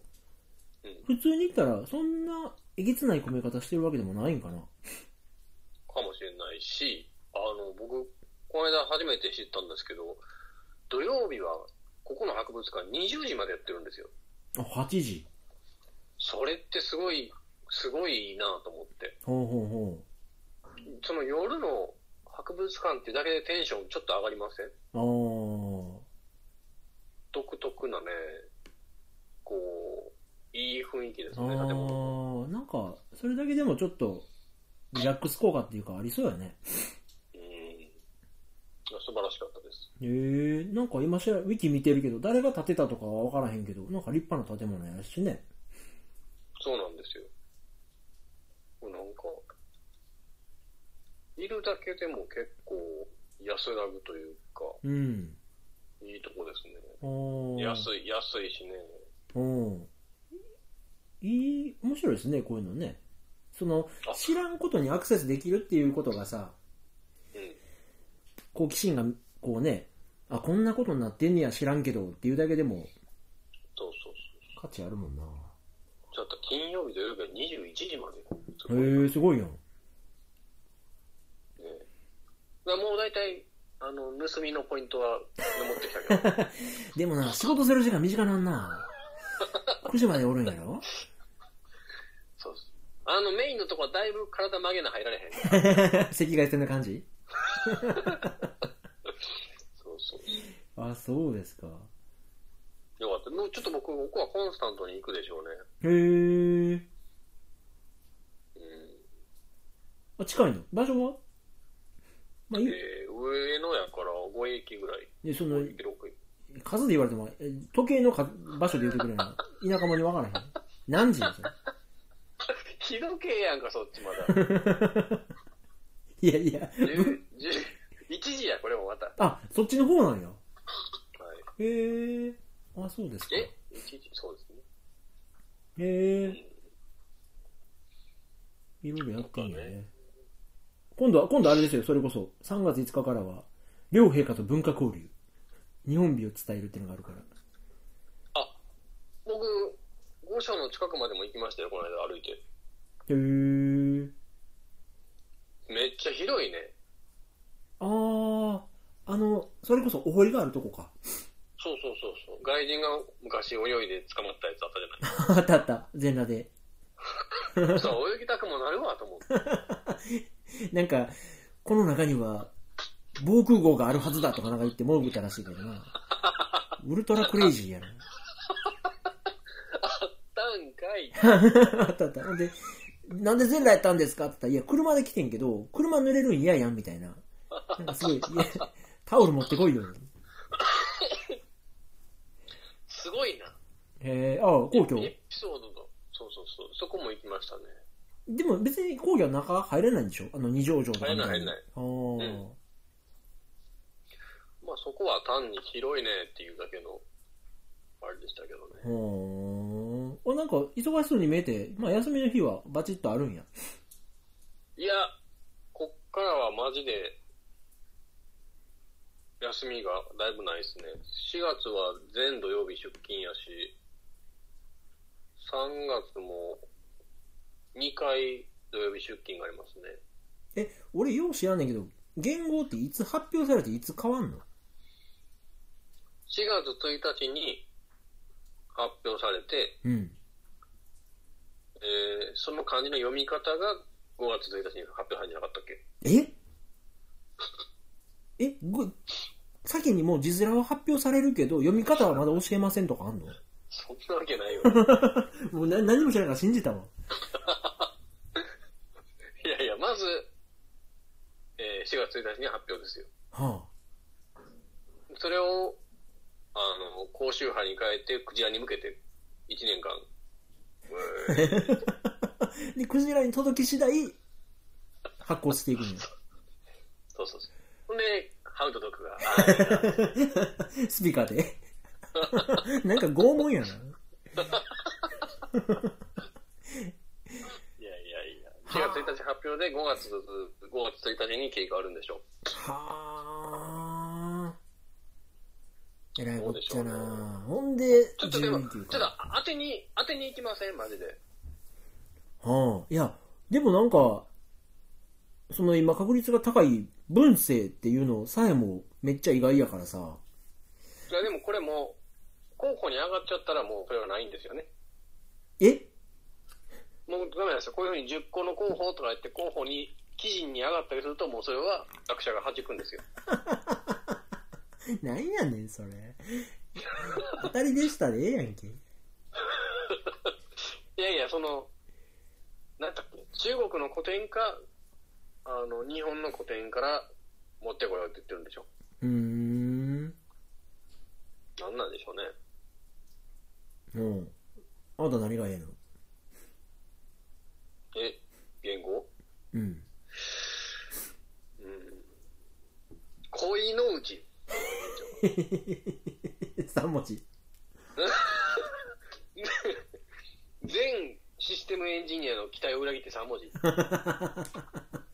A: 普通に言ったらそんなえげつない込め方してるわけでもないんかな。
B: かもしれないし、あの、僕、この間初めて知ったんですけど、土曜日は、ここの博物館20時までやってるんですよ。
A: あ、8時。
B: それってすごい、すごいいいなと思って。
A: ほうほうほう。
B: その夜の博物館ってだけでテンションちょっと上がりませ
A: あ
B: ん
A: ー
B: 独特なね、こう、いい雰囲気です
A: あ
B: よね、建物。
A: ーなんかそれだけでもちょっとリラックス効果っていうかありそうやね
B: うん。いや素晴らしかったです。
A: へえー、なんか今しらウィキ見てるけど誰が建てたとかは分からへんけどなんか立派な建物やしね
B: そうなんですよ。なんか、いるだけでも結構安らぐというか、
A: うん
B: いいとこですね。
A: おー
B: 安い、安いしね。
A: うんいい面白いですねこういうのねその
B: あ
A: 知らんことにアクセスできるっていうことがさ
B: うん。
A: 好奇心がこうねあこんなことになってんねや知らんけどっていうだけでも
B: そうそうそう。
A: 価値あるもんな
B: ちょっと金曜日土曜日は21時まで。す
A: へえ
B: ごいね
A: ー、すごいやん
B: だからもう大体、あの、盗みのポイントは持ってきたけど。
A: でもな、仕事する時間短なんな。9時までおるんや ろ
B: そうです。あの、メインのとこはだいぶ体曲げな入られへん。
A: 赤外線な感じ
B: そうそう。
A: あ、そうですか。
B: よかった。もうちょっと僕、ここはコンスタントに行くでしょうね。
A: へえ。
B: うん。
A: あ、近いの場所はまあ、い
B: えー、上野やから5駅ぐらい。
A: でその
B: 5、駅、6駅。
A: 数で言われても、え時計のか場所で言ってくれない田舎者にわからへん。何時です
B: ひどけえやんか、そっちまだ。
A: いやいや。
B: 10 1時や、これもまた。は
A: あ、そっちの方なんや。
B: い。
A: へえ。あ、そうですか。
B: え ?1 時そうですね。
A: へえ。いろいろやってんだね。今度は、今度あれですよ、それこそ。3月5日からは、両陛下と文化交流。日本美を伝えるっていうのがあるから。
B: あ、僕、御所の近くまでも行きましたよ、この間歩いて。
A: へー。
B: めっちゃ広いね。
A: あー、あの、それこそお堀があるとこか。
B: そうそうそうそう。外人が昔泳いで捕まったやつあったじゃ ない
A: あったあった、全裸で。
B: そしたら泳ぎたくもなるわと思って。
A: なんか、この中には、防空壕があるはずだとかなんか言って文句言ったらしいけど な。ウルトラクレイジーやな。
B: 段階。
A: あったあった。なん で、なんで全裸やったんですかって言ったら、いや、車で来てんけど、車濡れるん嫌やん、みたいな。なんかすごい、いや、タオル持ってこいよ。
B: すごいな。
A: えー、ああ、皇居。
B: エピソードの。そうそうそう。そこも行きましたね。
A: でも別に皇居は中入れないんでしょあの二条城とかみた
B: 入れない
A: ああ、
B: ないまあそこは単に広いねっていうだけの、あれでしたけどね。
A: ほーん。あ、なんか忙しそうに見えて、まあ休みの日はバチッとあるんや。
B: いや、こっからはマジで、休みがだいぶないですね。4月は全土曜日出勤やし、 3月も2回土曜日出勤がありますね。
A: え、俺よう知らんねんけど、言語っていつ発表されていつ変わんの
B: 4月1日に発表されて、
A: うん。
B: えーその漢字の読み方が5月1日に発表されてなかったっけ
A: ええ、ぐ、先にもう字面は発表されるけど、読み方はまだ教えませんとかあんの
B: そんなわけないよ。
A: もうな何も知らんから信じたわ。
B: いやいや、まず、えー4月1日に発表ですよ。
A: は
B: それを、あの、高周波に変えて、クジラに向けて、1年間、えー
A: あ。で、クジラに届き次第、発行していくんや。
B: そうそうそう。ほんで、ハウドドッグが、 あーいいな
A: スピーカーで。 なんか拷問やな。
B: いやいやいや、4月1日発表で5月、5月1日に景気があるんでしょ
A: はあ。えらいこっちゃ
B: そうでしょう
A: な。ほんで、
B: ちょっとでも、
A: 12
B: ちょっと
A: か。
B: 当てに、当てに行きませんマジで。
A: はあ。いや、でもなんか、その今確率が高い文政っていうのさえもめっちゃ意外やからさ。
B: いや、でもこれも、候補に上がっちゃったらもうそれはないんですよね。
A: え
B: もうダメなんですよ。こういうふうに10個の候補とか言って候補に、記事に上がったりするともうそれは学者が弾くんですよ。
A: なんやねんそれ。 当たりでしたでええやんけ。
B: いやいや、その、なんだっけ、中国の古典か、あの、日本の古典から持ってこようって言ってるんでしょ。
A: うーん。
B: なんなんでしょうね。
A: うん。あなた何がええの
B: え、言 語
A: うん。
B: うん。恋のうち。
A: 3文字。
B: 全システムエンジニアの期待を裏切って3文字。 これ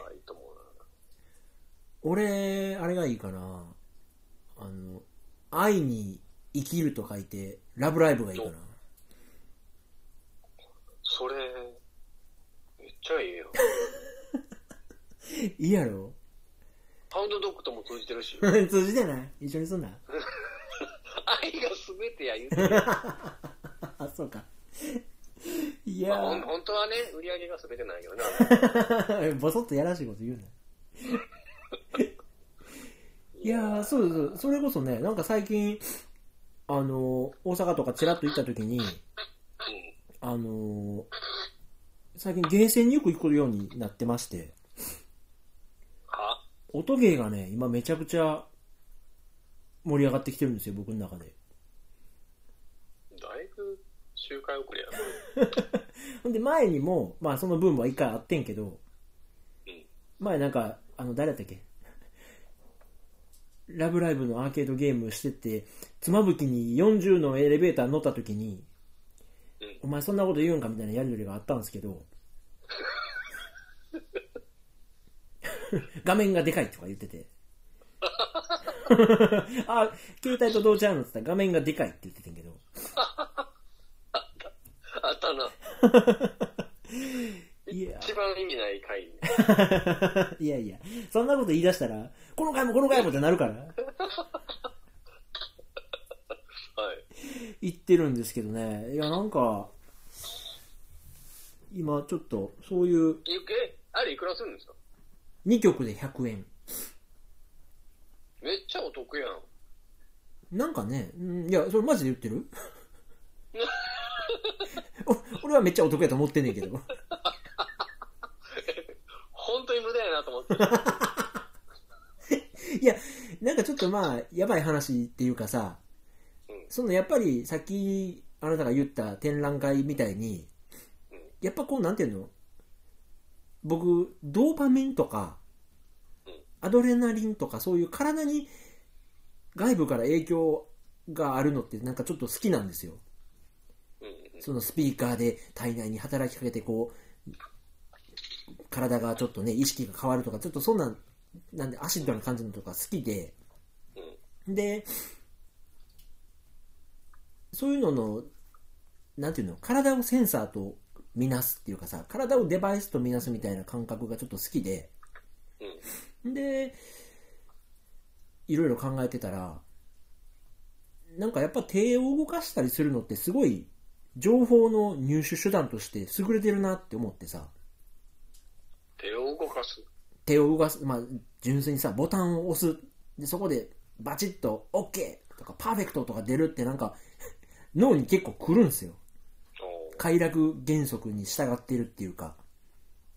B: はいいと思うな。
A: 俺、あれがいいかな。あの、愛に生きると書いて、ラブライブがいいかな。
B: それ、めっちゃいいよ。
A: いいやろ。
B: ハウンドドッグとも通じてるし
A: 通じてない一緒にすんな。
B: 愛が全てや言うてる。
A: あ、そうか。い
B: ま
A: や
B: あほん
A: ー、
B: 本当はね、売り上げが全てないよな。
A: ぼそっとやらしいこと言うな。いやー、そうそう、それこそね、なんか最近、あの、大阪とかちらっと行った時に、
B: うん
A: あの、最近ゲーセンによく行くようになってまして、
B: は
A: 音芸がね、今めちゃくちゃ盛り上がってきてるんですよ、僕の中で。
B: だいぶ周回遅れやな。
A: ほんで前にも、まあそのブームは一回あってんけど、
B: うん
A: 前なんか、あの、誰だったっけ ラブライブのアーケードゲームしてて、つまぶきに40のエレベーター乗った時に、
B: うん
A: お前そんなこと言うんかみたいなやりとりがあったんですけど、 画面がでかいとか言って て。あ、携帯と同時あるのって言ったら画面がでかいって言っててん けど。
B: あったな。
A: いや
B: 一番意味ない回。
A: いやいや、そんなこと言い出したら、この回もこの回もってなるから、
B: はい。
A: 言ってるんですけどね。いや、なんか、今ちょっと、そういう
B: ゆけ、あれいくらするんですか
A: 2曲で100円。
B: めっちゃお得やん。
A: なんかね、うんいや、それマジで言ってる お俺はめっちゃお得やと思ってんねんけど。
B: 本当に無駄やなと思って。
A: いや、なんかちょっとまあ、やばい話っていうかさ
B: うん、
A: そのやっぱりさっきあなたが言った展覧会みたいに
B: うん、
A: やっぱこうなんていうの僕、ドーパミンとか
B: うん、
A: アドレナリンとかそういう体に外部から影響があるのってなんかちょっと好きなんですよ。
B: うんうん
A: そのスピーカーで体内に働きかけてこう体がちょっとね意識が変わるとかちょっとそんなんなんでアシッドな感じのとか好きで
B: うん。
A: でそういうののなんていうの体をセンサーとみなすっていうかさ体をデバイスとみなすみたいな感覚がちょっと好きででいろいろ考えてたらなんかやっぱ手を動かしたりするのってすごい情報の入手手段として優れてるなって思ってさ
B: 手を動かす。
A: 手を動かす、まあ、純粋にさボタンを押すでそこでバチッと OK とかパーフェクトとか出るってなんか脳に結構くるんですよ
B: おー
A: 快楽原則に従ってるっていうか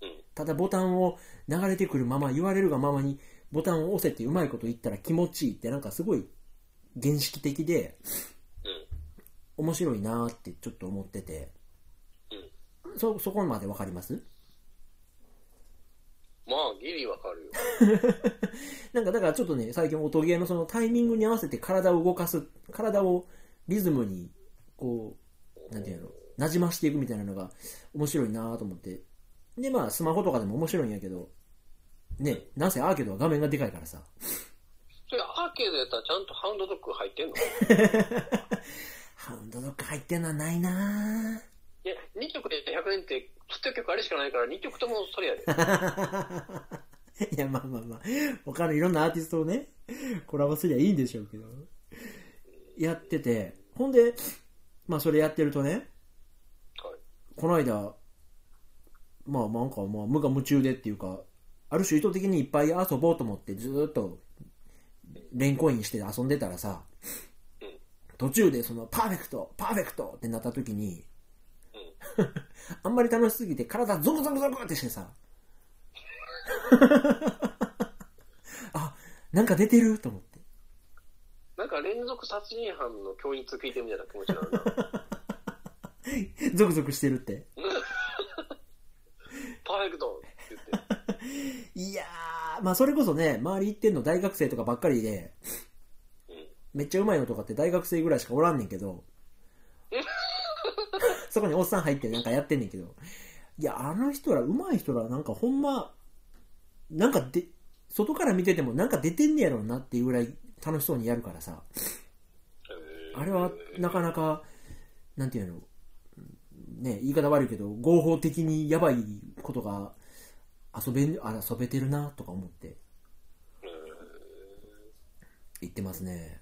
B: うん。
A: ただボタンを流れてくるまま言われるがままにボタンを押せってうまいこと言ったら気持ちいいってなんかすごい原始的で
B: うん。
A: 面白いなーってちょっと思ってて
B: うん。
A: そそこまでわかります
B: まあ、ギリわかるよ。
A: なんかだからちょっとね最近音ゲーのそのタイミングに合わせて体を動かす体をリズムにこうなんていうのなじましていくみたいなのが面白いなーと思ってでまあスマホとかでも面白いんやけどねなんせアーケードは画面がでかいからさ
B: それ、アーケードやったらちゃんとハウンドドッグ入ってんの
A: ハウンドドッグ入ってんのはないなぁ
B: いや、2曲で100円って、ヒット曲あれしかないから、2曲ともそれや で。
A: いや、まあまあまあ、他のいろんなアーティストをね、コラボすりゃいいんでしょうけど。やってて、ほんで、まあそれやってるとね、
B: はい。
A: この間、まあなんか、まあ無我夢中でっていうか、ある種意図的にいっぱい遊ぼうと思ってずーっと、レンコインして遊んでたらさ、途中でそのパーフェクト、パーフェクトってなった時に、あんまり楽しすぎて体ゾクゾクゾクってしてさ、 あ、なんか出てると思って。
B: なんか連続殺人犯の教室聞いてるみたいな気持ちになる な。
A: ゾクゾクしてるって。
B: パーフェクトって言って。
A: いやー、まあそれこそね、周り行ってんの大学生とかばっかりで、めっちゃうまいのとかって大学生ぐらいしかおらんねんけど、そこにおっさん入ってなんかやってんねんけど、いや、あの人ら、うまい人ら、なんかほんま、なんかで、外から見ててもなんか出てんねやろうなっていうぐらい楽しそうにやるからさ、あれはなかなか、なんていうの、ね、言い方悪いけど、合法的にやばいことが遊べんあ遊べてるなとか思って
B: えー
A: 言ってますね。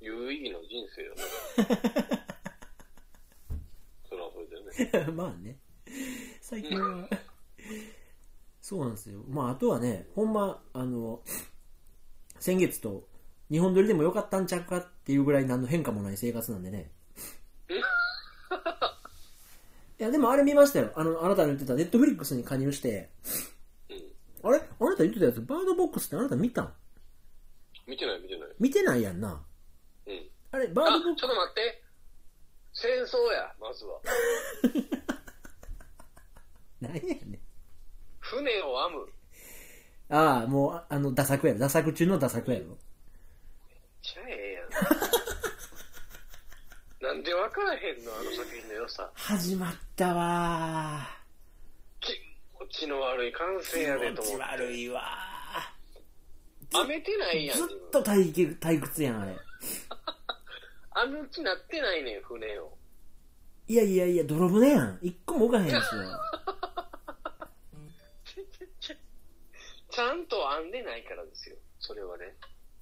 B: 有意義な人生やね。それはそれでね。
A: まあね、最近は。そうなんですよ。まあ、あとはね、ほんま、あの、先月と、日本撮りでもよかったんちゃうかっていうぐらい何の変化もない生活なんでね。いや、でもあれ見ましたよ。あの、あなたの言ってた、ネットフリックスに加入して、あれあなた言ってたやつ、バードボックスってあなた見たん
B: 見てない見てない。
A: 見てないやんな。
B: うん。
A: あれ、バー
B: あ、
A: ドボック
B: ちょっと待って。戦争や、まずは。
A: ス、何やねん。
B: 船を編む。
A: ああ、もう、ああの、ダサ作やろ。ダサ作中のダサ作やろ。
B: ちゃええ やん。なんで分からへんの、あの作品の良さ。
A: 始まったわー。
B: 気持ちの悪い感性やでと思って。
A: 悪いわ
B: 編めてないやん。
A: ずっ
B: 自分
A: と退屈退屈やんあれ
B: 編む気なってないねん、船 を。
A: いやいやいや泥船やん一個も置かへんしよ
B: ちゃんと編んでないからですよ。それはね。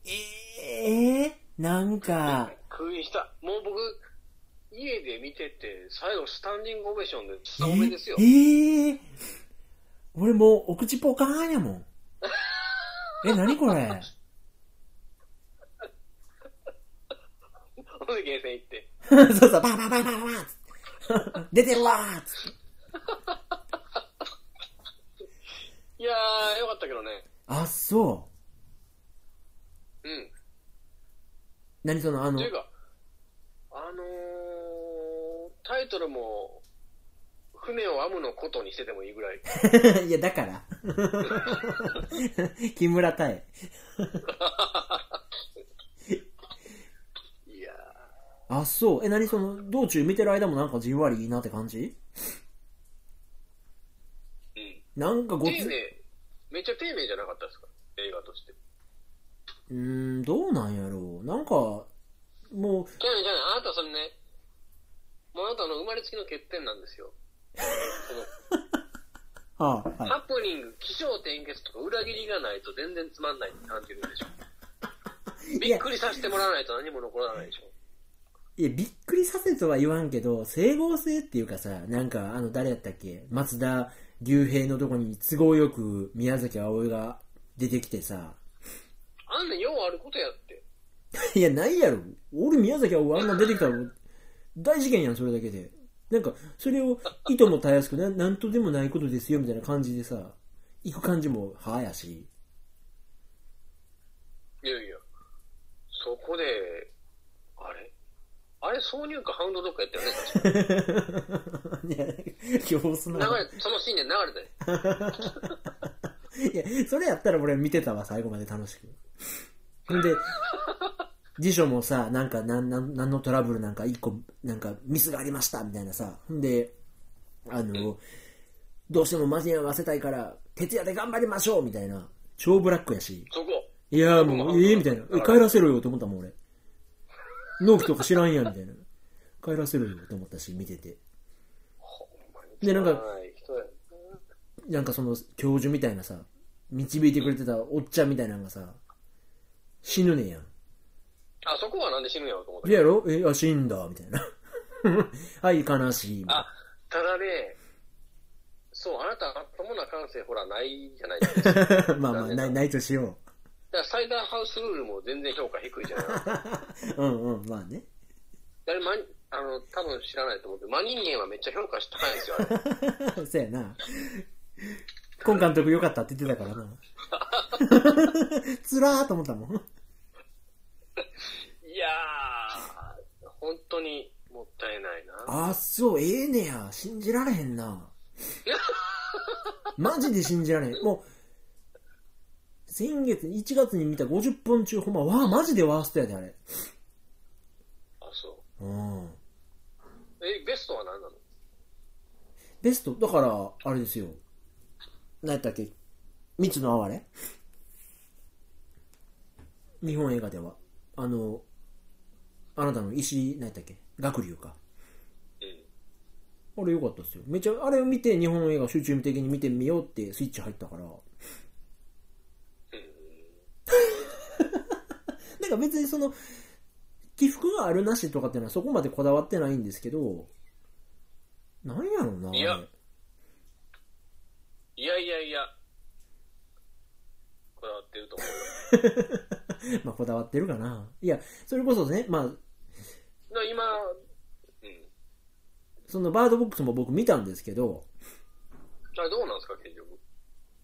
A: ええー、なんか
B: 封印した。もう僕、家で見てて、最後スタンディングオベーションで、スタンメですよ
A: え。えー俺もうお口ポカーンやもんえ何これ
B: ほんでゲーセン行って。
A: そうそうバーバーバーバーバーっつって 出てるわーっつって
B: いやー、よかったけどね。
A: あそ
B: うん。
A: う何そのあの
B: というか、あのー、タイトルも、船を編むのことにしててもいいぐらい。
A: いやだから木村太江
B: いや
A: あそうえ何その道中見てる間もなんかじんわりいいなって感じ
B: ー、
A: なんか
B: うん。
A: ご
B: 丁
A: つ
B: 寧、めっちゃ丁寧じゃなかったですか映画として。
A: うーん、どうなんやろう。なんか、も
B: じゃあね、じゃあね、あなたそれね、もうあなたの生まれつきの欠点なんです よ。その
A: ああ、はい。
B: ハプニング、起承転結とか裏切りがないと全然つまんないって感じるでしょ。びっくりさせてもらわないと何も残らないでしょ。
A: いや、びっくりさせとは言わんけど、整合性っていうかさ、なんか、あの、誰やったっけ松田龍平のとこに都合よく宮崎葵が出てきてさ、
B: あんなんようあることやって。
A: いや、ないやろ。俺宮崎葵あんな出てきたら、大事件やん、それだけで。なんか、それを、いともたやすくな、なんとでもないことですよ、みたいな感じでさ、行く感じも、はあやし。
B: いやいや、そこで、あれあれ挿入歌ハウンドドッグやったよね確か
A: いや、様子な。
B: 流れ、そのシーンで流れたよ。
A: いや、それやったら俺見てたわ、最後まで楽しく。ほんで、辞書もさ、なんか、なん、なん、なんのトラブルなんか、一個、なんか、ミスがありました、みたいなさ。ほんで、あの、どうしても間に合わせたいから、徹夜で頑張りましょうみたいな。超ブラックやし。
B: そこ。
A: いやーもう、ええみたいな。え帰らせろよと思ったもん、俺。納期とか知らんやん、みたいな。帰らせろよと思ったし、見てて。でなんか
B: はい人や
A: なんかその教授みたいなさ、導いてくれてたおっちゃんみたいなのがさ、死ぬねんやん。
B: あ、そこはなんで死ぬんやろうと思った
A: でやろえ、あ、死んだ、みたいな。 はい、悲しい。みたい
B: あ
A: な、
B: ただね、そう、あなた、まともな感性、ほら、ないじゃないですか。だ か
A: まあまあ、ない、ないとしよ
B: ら、サイダーハウスルールも全然評価低いじゃない。
A: う。うんうん、まあね。
B: 誰ま、あの、多分知らないと思うけど、真人間はめっちゃ評価高いん ですよ、あれ。
A: そやな。今監督良かったって言ってたからな。つらーと思ったもん。
B: いやー、本当にもったいないな。
A: あ、そう、ええねや。信じられへんな。マジで信じられへん。もう、先月、1月に見た50本中、ほんま、わあ、マジでワーストやで、あれ。
B: あ、そ
A: うん。
B: う。え、ベストは何なの
A: ベスト、だから、あれですよ。何やったっけ蜜の哀れ日本映画では。あの、あなたの石、何やったっけ学龍か。
B: うん。
A: あれ良かったですよ。めちゃ、あれを見て日本映画集中的に見てみようってスイッチ入ったから。なんか別にその、起伏があるなしとかっていうのはそこまでこだわってないんですけど、なんやろうな。あれ
B: いやいやいやいや、こだわってると思うよ。
A: まあこだわってるかな。いや、それこそね、まあ、
B: だから今、うん。
A: そのバードボックスも僕見たんですけど、
B: あれどうなんですか、結局。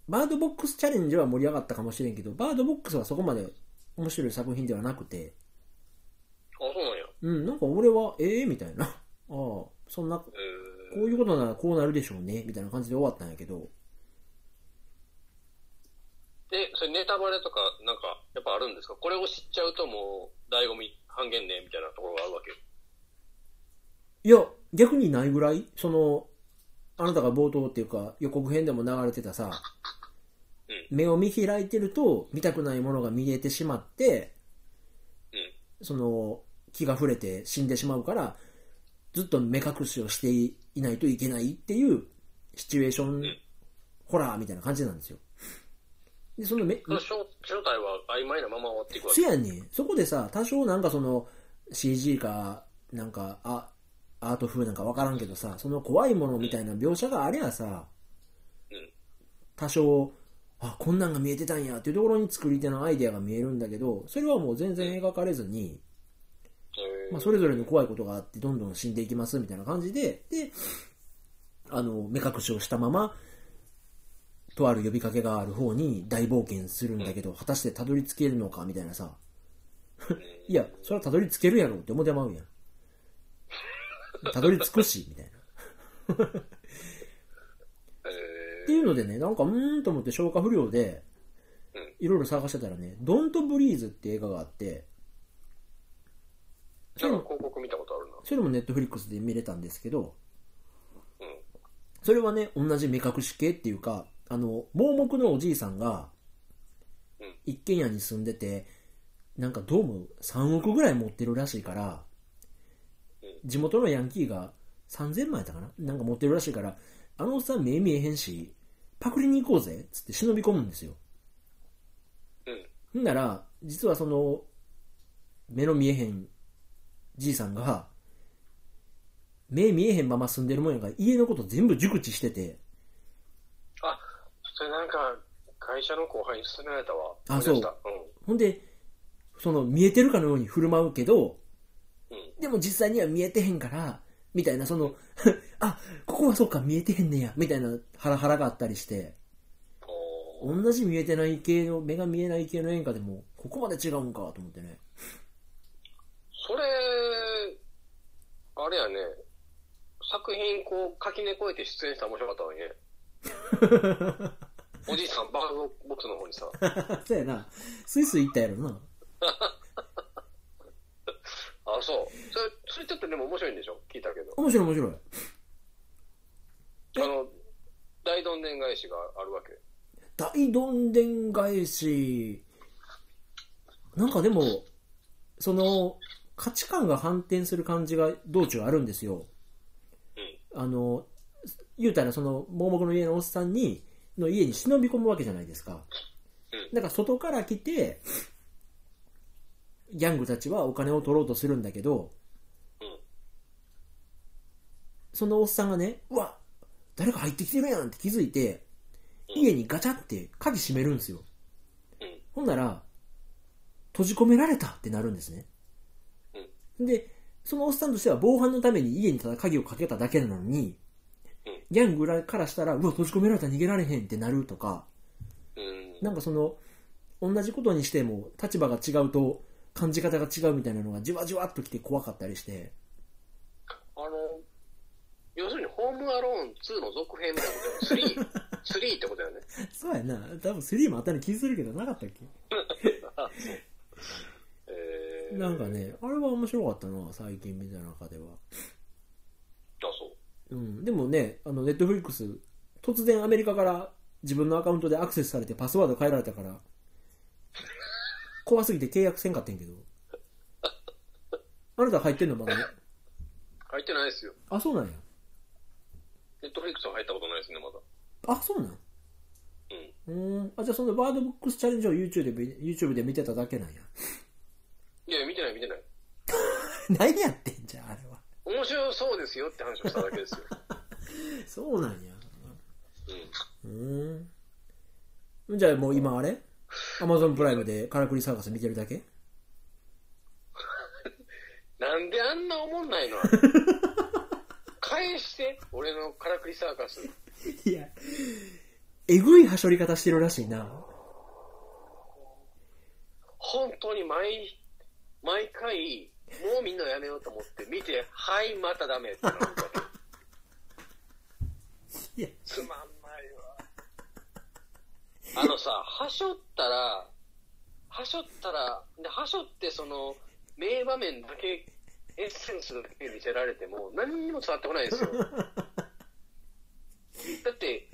A: バードボックスチャレンジは盛り上がったかもしれんけど、バードボックスはそこまで面白い作品ではなくて、
B: あ、そうなんや。
A: うん、なんか俺は、ええみたいな。ああ、そんな、こ
B: えー
A: ういうことならこうなるでしょうね、みたいな感じで終わったんやけど、
B: え、それネタバレとか、なんか、やっぱあるんですかこれを知っちゃうともう、醍醐味半減ね、みたいなところがあるわけ。
A: いや、逆にないぐらい、その、あなたが冒頭っていうか、予告編でも流れてたさ、
B: う
A: 目を見開いてると、見たくないものが見えてしまって、
B: う
A: その気が触れて死んでしまうからずっと目隠しをしていないといけないっていうシチュエーション
B: ん
A: ホラーみたいな感じなんですよでそのめ
B: ん。その正正体は曖昧なまま終わっていくわけ。
A: せやねんそこでさ多少なんかその CG かなんかあアート風なんか分からんけどさその怖いものみたいな描写がありゃさ
B: うん
A: 多少あこんなんが見えてたんやっていうところに作り手のアイデアが見えるんだけどそれはもう全然描かれずに
B: えー
A: まあ、それぞれの怖いことがあってどんどん死んでいきますみたいな感じでであの目隠しをしたままとある呼びかけがある方に大冒険するんだけど果たしてたどり着けるのかみたいなさいやそれはたどり着けるやろって思ってまうやんたどり着くしみたいなっ
B: え
A: ていうのでねなんかうーんと思って消化不良でいろいろ探してたらね「ドントブリーズって映画があって
B: ー、なんか広告見たことあるな。
A: それもネットフリックスで見れたんですけど
B: うん。
A: それはね、同じ目隠し系っていうか、あの、盲目のおじいさんが
B: うん、
A: 一軒家に住んでて、なんかどうも3億ぐらい持ってるらしいから
B: う、
A: 地元のヤンキーが、 3000万やったかななんか持ってるらしいから、あのおっさん目見えへんし、パクリに行こうぜっつって忍び込むんですよ。
B: うん。
A: ほんなら、実はその、目の見えへんじいさんが、目見えへんまま住んでるもんやから、家のこと全部熟知してて、
B: あ、それなんか、会社の後輩に勧められたわ。
A: あそう
B: 思い出した
A: ほんで、その見えてるかのように振る舞うけど、
B: うん。うん。
A: でも実際には見えてへんから、みたいな、その、 あ、ここはそうか、見えてへんねや、みたいなハラハラがあったりして、
B: おー
A: 同じ見えてない系の、目が見えない系の演歌でも、ここまで違うんか、と思ってね。
B: それ、あれやね、作品こう垣根越えて出演したら面白かったの にね。おじいさん、バードボックスの方にさ、
A: そうやな、スイスイ行ったやろな。
B: あ、そう。それ、それちょっとでも面白いんでしょ聞いたけど。
A: 面白い面白い。
B: あの、大どんでん返しがあるわけ。
A: 大どんでん返し、なんかでも、その、価値観が反転する感じが道中あるんですよ。あの、言うたらその、盲目の家のおっさんに、の家に忍び込むわけじゃないですか
B: う。ん
A: だから外から来て、ギャングたちはお金を取ろうとするんだけど、
B: うん。うん。
A: そのおっさんがね、うわ、誰か入ってきてるやんって気づいて、
B: うん
A: 家にガチャって鍵閉めるんですよ。
B: うん。
A: ほんなら、閉じ込められたってなるんですね。で、そのおっさんとしては防犯のために家にただ鍵をかけただけなのに
B: うん、
A: ギャングらからしたら、うわ、閉じ込められた逃げられへんってなるとか、
B: うん。
A: なんかその、同じことにしても立場が違うと感じ方が違うみたいなのがじわじわっときて怖かったりして、
B: あの、要するに、ホームアローン2の続編みたいなことだよ。3、3ってこと だよね。
A: そうやな、多分3もあったり気するけどなかったっけ
B: えー、
A: なんか。ね、あれは面白かったな、最近見た中では。
B: あ、そう。
A: うん、でもね、あの、ネットフリックス、突然アメリカから自分のアカウントでアクセスされてパスワード変えられたから、怖すぎて契約せんかってんけど。あなた入ってんのまだ、
B: 入ってないですよ。
A: あ、そうなんや。
B: ネットフリックスは入ったことないですね、まだ。
A: あ、そうなん。
B: うん。
A: うん。あ、じゃあそのバードブックスチャレンジを YouTube で見 YouTube で見てただけなんや。
B: いや、見てない、見てない。
A: 何やってんじゃん、あれは。
B: 面白そうですよって話をしただけ ですよ。
A: そうなんや。
B: うん。
A: うん。じゃあもう今あれ ?Amazon プライムでカラクリサーカス見てるだけ
B: なんであんなおもんな いの返して、俺のカラクリサーカス。
A: いや、えぐいはしょり方してるらしいな。
B: 本当に毎、毎回、もうみんなやめようと思って見て、はい、またダメってなるから
A: いや
B: つまんないわ。あのさ、はしょったら、はしょったら、で、はしょってその、名場面だけ、エッセンスだけ見せられても、何にも伝わってこないですよ。だって、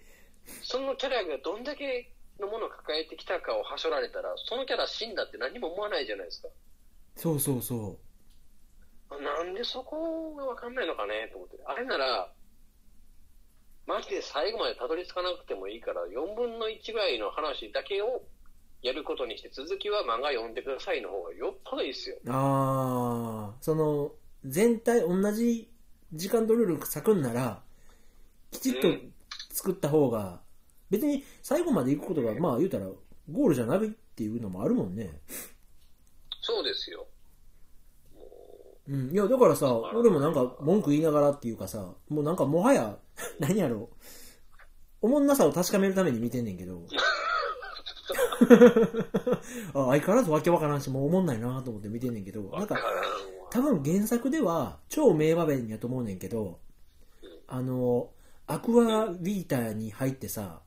B: そのキャラがどんだけのものを抱えてきたかをはしょられたら、そのキャラ死んだって何も思わないじゃないですか。
A: そうそうそ
B: なんでそこがわかんないのかねと思って。あれなら、マジで最後までたどり着かなくてもいいから、4分の1ぐらいの話だけをやることにして、続きは漫画読んでくださいの方がよっぽどいいですよ。
A: う。ああ、その、全体同じ時間とルール咲くんなら、きちっと
B: うん
A: 作った方が、別に最後まで行くことが、まあ言うたら、ゴールじゃないっていうのもあるもんね。
B: そうですよ。も
A: うん。いや、だからさ、
B: そうだな
A: 俺もなんか文句言いながらっていうかさ、もうなんかもはや、 何やろう。おもんなさを確かめるために見てんねんけど。 あ相変わらずわけわからんし、もうおもんないなと思って見てんねんけど、
B: う、
A: なんか
B: わ、からんわ
A: 多分原作では超名場面やと思うねんけど
B: うん
A: あのアクアビーターに入ってさ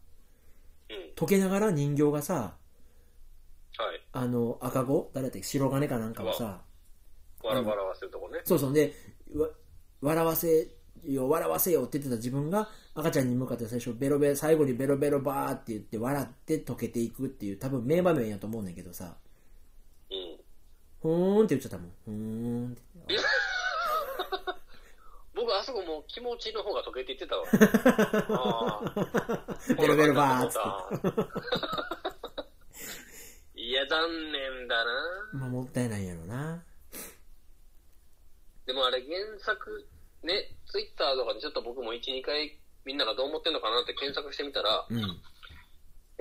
B: うん。
A: 溶けながら人形がさ
B: はい。
A: あの赤子誰だっけ白金かなんかをさ
B: わらわらわせるとこね。
A: そうそうでわ笑わせよ笑わせよって言ってた自分が赤ちゃんに向かって最初ベロベロ最後にベロベロバーって言って笑って溶けていくっていう多分名場面やと思うねんけどさ
B: うん。
A: ふーんって言っちゃったもんふーんって
B: 僕、ああそこもう気持ちの方が溶けていっ てたわ。ああ。
A: ベロベロバーっつ
B: って。 いや、残念だな。
A: まあ、もったいないやろな。
B: でもあれ原作、ね、ツイッターとかでちょっと僕も1、2回みんながどう思ってんのかなって検索してみたら、やっ
A: うん。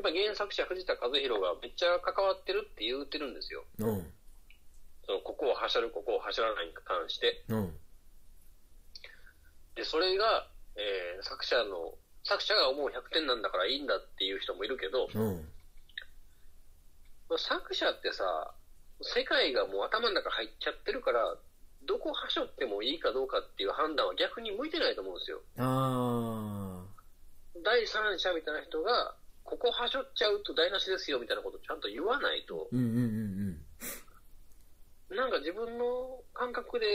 B: ぱ原作者藤田和弘がめっちゃ関わってるって言うてるんですよ。
A: うん。
B: その、ここを走る、ここを走らないに関して。
A: うん。
B: で、それが、えー作者の、作者が思う100点なんだからいいんだっていう人もいるけど、
A: うん。
B: まあ作者ってさ、世界がもう頭の中入っちゃってるから、どこはしょってもいいかどうかっていう判断は逆に向いてないと思うんですよ。
A: あ
B: 第三者みたいな人が、ここはしょっちゃうと台無しですよみたいなことちゃんと言わないと、
A: ー。うんうんうん
B: なんか自分の感覚で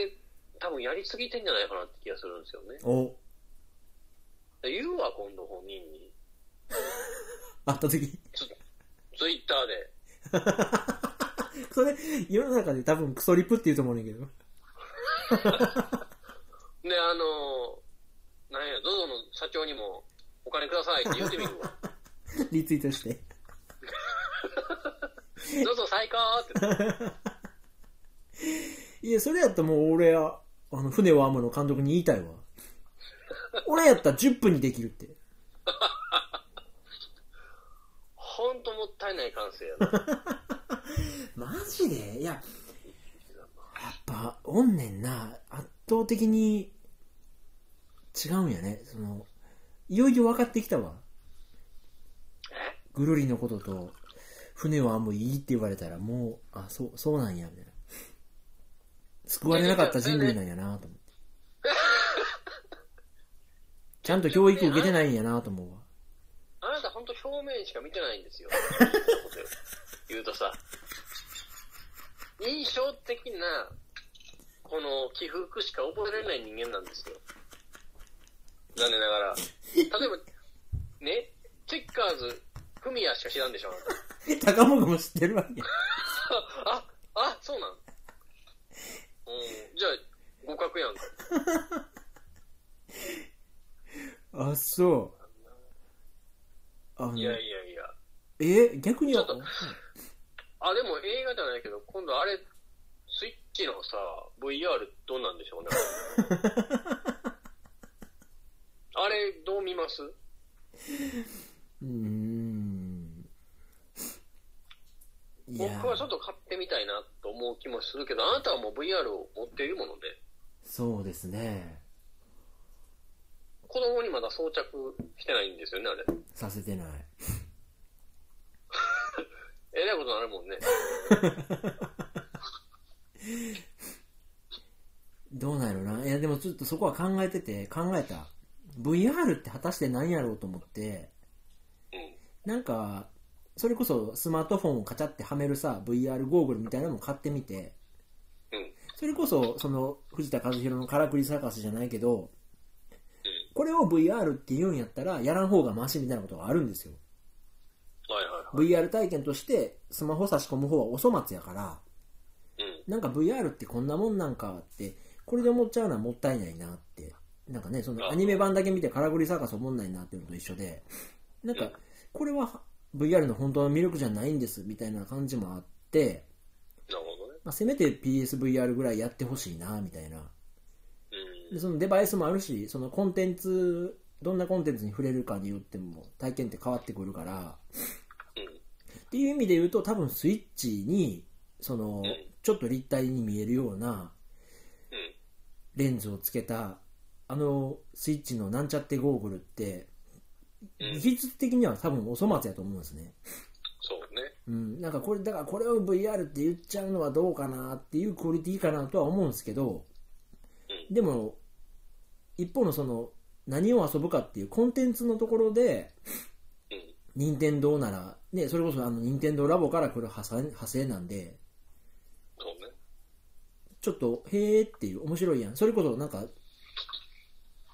B: 多分やりすぎてんじゃないかなって気がするんですよね。
A: うん。お、
B: で言うわ、今度本人に。
A: あった時。
B: ツイッターで。
A: それ、世の中で多分クソリップって言うと思うねんけど。
B: で、あのー、なんや、ZOZO の社長にもお金くださいって言ってみるわ。
A: リツイートして。
B: ZOZO 最高って。
A: いや、それやったらもう俺は、あの、船を編むの監督に言いたいわ。俺やったら10分にできるって。
B: ほんともったいない感性やな。
A: マジでいや、やっぱ、おんねんな。圧倒的に、違うんやね。その、いよいよ分かってきたわ。ぐるりのことと、船はもういいって言われたら、もう、あ、そう、そうなんや、みたいな。救われなかった人類なんやなと思って。ちゃんと教育受けてないんやなと思うわ。
B: あなたほんと表面しか見てないんですよ。言うとさ、印象的な、この起伏しか覚えられない人間なんですよ。残念ながら。例えば、ね、チェッカーズ、フミヤしか知らんでしょ、あなた。
A: 高本も知ってるわけ。
B: あ、あ、そうなん。うん、じゃあ、互角やんか。
A: あ、そう。あの
B: いやいやいや。
A: え逆には
B: ちょっとあ、でも映画じゃないけど、今度あれ、スイッチのさ、VR どうなんでしょ うね。あれ、どう見ます
A: うーんいや
B: 僕はちょっと買ってみたいなと思う気もするけど、あなたはもう VR を持っているもので、
A: そうですね
B: 子供にまだ装着してないんですよね、あれ。
A: させてない
B: えらいことになるもんね。
A: どうなんやろないやでもちょっとそこは考えてて考えた VR って果たして何やろうと思って
B: うん。
A: なんかそれこそスマートフォンをカチャってはめるさ VR ゴーグルみたいなのも買ってみて
B: うん。
A: それこそその藤田和弘のからくりサーカスじゃないけどこれを VR って言うんやったらやらん方がマシみたいなことがあるんですよ
B: はいは
A: VR 体験としてスマホ差し込む方はお粗末やから
B: いはい。うん。
A: なんか VR ってこんなもんなんかってこれで思っちゃうのはもったいないなってなんかねそのアニメ版だけ見てからくりサーカスおもんないなっていうのと一緒でなんかこれは VR の本当の魅力じゃないんですみたいな感じもあって、
B: なるほどね。
A: まあ、せめて PSVR ぐらいやってほしいなみたいな
B: うん。
A: でそのデバイスもあるしそのコンテンツどんなコンテンツに触れるかによっても体験って変わってくるから
B: うん。
A: っていう意味で言うと多分スイッチにその
B: うん
A: ちょっと立体に見えるような
B: うん。
A: レンズをつけたあのスイッチのなんちゃってゴーグルって
B: うん
A: 技術的には多分お粗末やと思うんですね、
B: そうね。
A: うん、なんかこれだからこれを VR って言っちゃうのはどうかなっていうクオリティかなとは思うんですけど
B: う
A: でも一方のその何を遊ぶかっていうコンテンツのところで
B: うん。
A: 任天堂なら、ね、それこそあの任天堂ラボから来る派生派生なんで
B: そうね。
A: ちょっと、へーっていう、面白いやん。それこそ、なんか、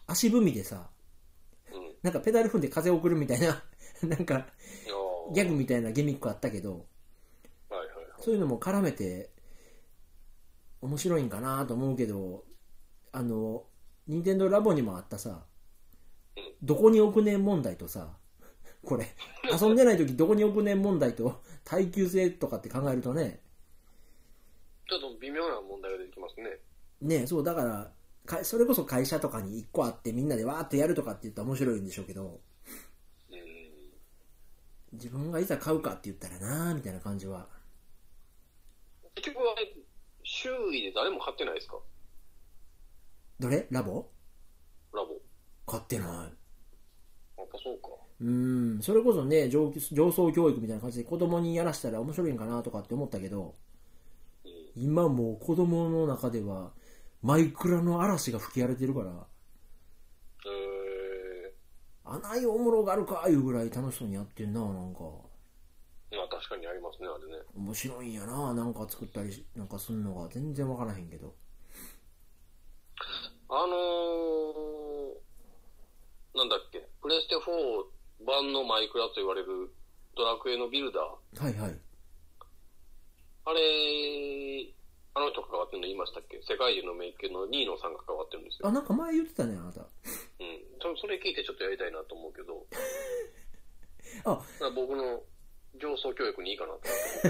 A: 足踏みでさ、
B: うん。
A: なんかペダル踏んで風送るみたいな、 なんか、ギャグ
B: グ
A: みたいなギミックあったけど、
B: はいはいはい。
A: そういうのも絡めて、面白いんかなと思うけど、あの、任天堂ラボにもあったさ
B: うん、
A: どこに置くねん問題とさ、これ、遊んでない時どこに置くねん問題と、耐久性とかって考えるとね、
B: ちょっと微妙な問題が出てきますね。
A: ねそう、だから、かそれこそ会社とかに1個あってみんなでわーってやるとかって言ったら面白いんでしょうけど、
B: うん。
A: 自分がいざ買うかって言ったらなーみたいな感じは。
B: 結局あれ、周囲で誰も買ってないですか
A: どれラボ
B: ラボ。
A: 買ってない。
B: やっぱそうか。
A: うーん、それこそね上、上層教育みたいな感じで子供にやらせたら面白いんかなとかって思ったけど、
B: うん。
A: 今もう子供の中では、マイクラの嵐が吹き荒れてるから、
B: え
A: あないおもろがあるかいうぐらい楽しそうにやってんな、なんか。
B: ー、まあ確かにありますね、あれね。
A: 面白いんやな、なんか作ったりしなんかすんのが全然わからへんけど。
B: あのー、なんだっけ、プレステ4版のマイクラと言われるドラクエのビルダー。
A: はいはい。
B: あれ、あの人関わってるの言いましたっけ世界中の名犬のニーノさんが関わってるんですよ。
A: あ、なんか前言ってたね、あなた。
B: うん。そそれ聞いてちょっとやりたいなと思うけど。
A: あ
B: だから僕の上層教育にいいかなと思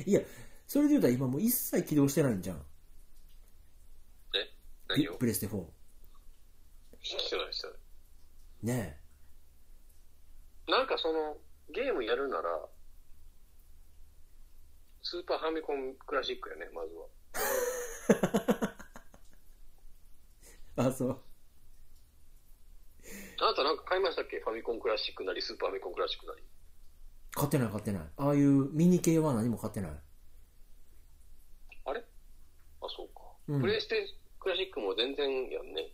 B: って。
A: いや、それで言うたら今もう一切起動してないんじゃん。
B: え何を
A: プレステ4。
B: してないしてない。
A: ね
B: なんかその、ゲームやるなら、スーパーファミコンクラシックやね、まずは。
A: え。あ、そう。
B: あなたなんか買いましたっけファミコンクラシックなり、スーパーファミコンクラシックなり。
A: 買ってない買ってない。ああいうミニ系は何も買ってない。
B: あれあ、そうか。
A: うん
B: プレイステクラシックも全然やんね。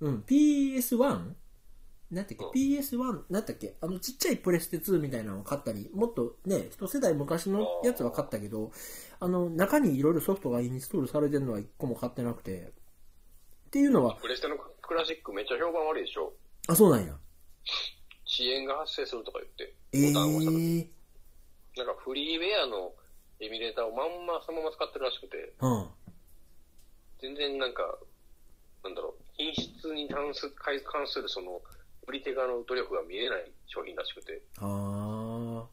A: うん、PS1? なんだっけ、
B: うん
A: ?PS1? なんだっけあのちっちゃいプレステ2みたいなのを買ったり、もっとね、一世代昔のやつは買ったけど、あの、中にいろいろソフトがインストールされてるのは一個も買ってなくて。っていうのは、
B: プレイステのクラシックめっちゃ評判悪いでしょ。
A: あ、そうなんや。
B: 遅延が発生するとか言って、
A: え
B: ボタンを押した時
A: ー、
B: なんかフリーウェアのエミュレーターをまんまそのまま使ってるらしくて、
A: うん。
B: 全然なんか、なんだろう、品質に関す関するその、売り手側の努力が見えない商品らしくて、
A: あ
B: ちょ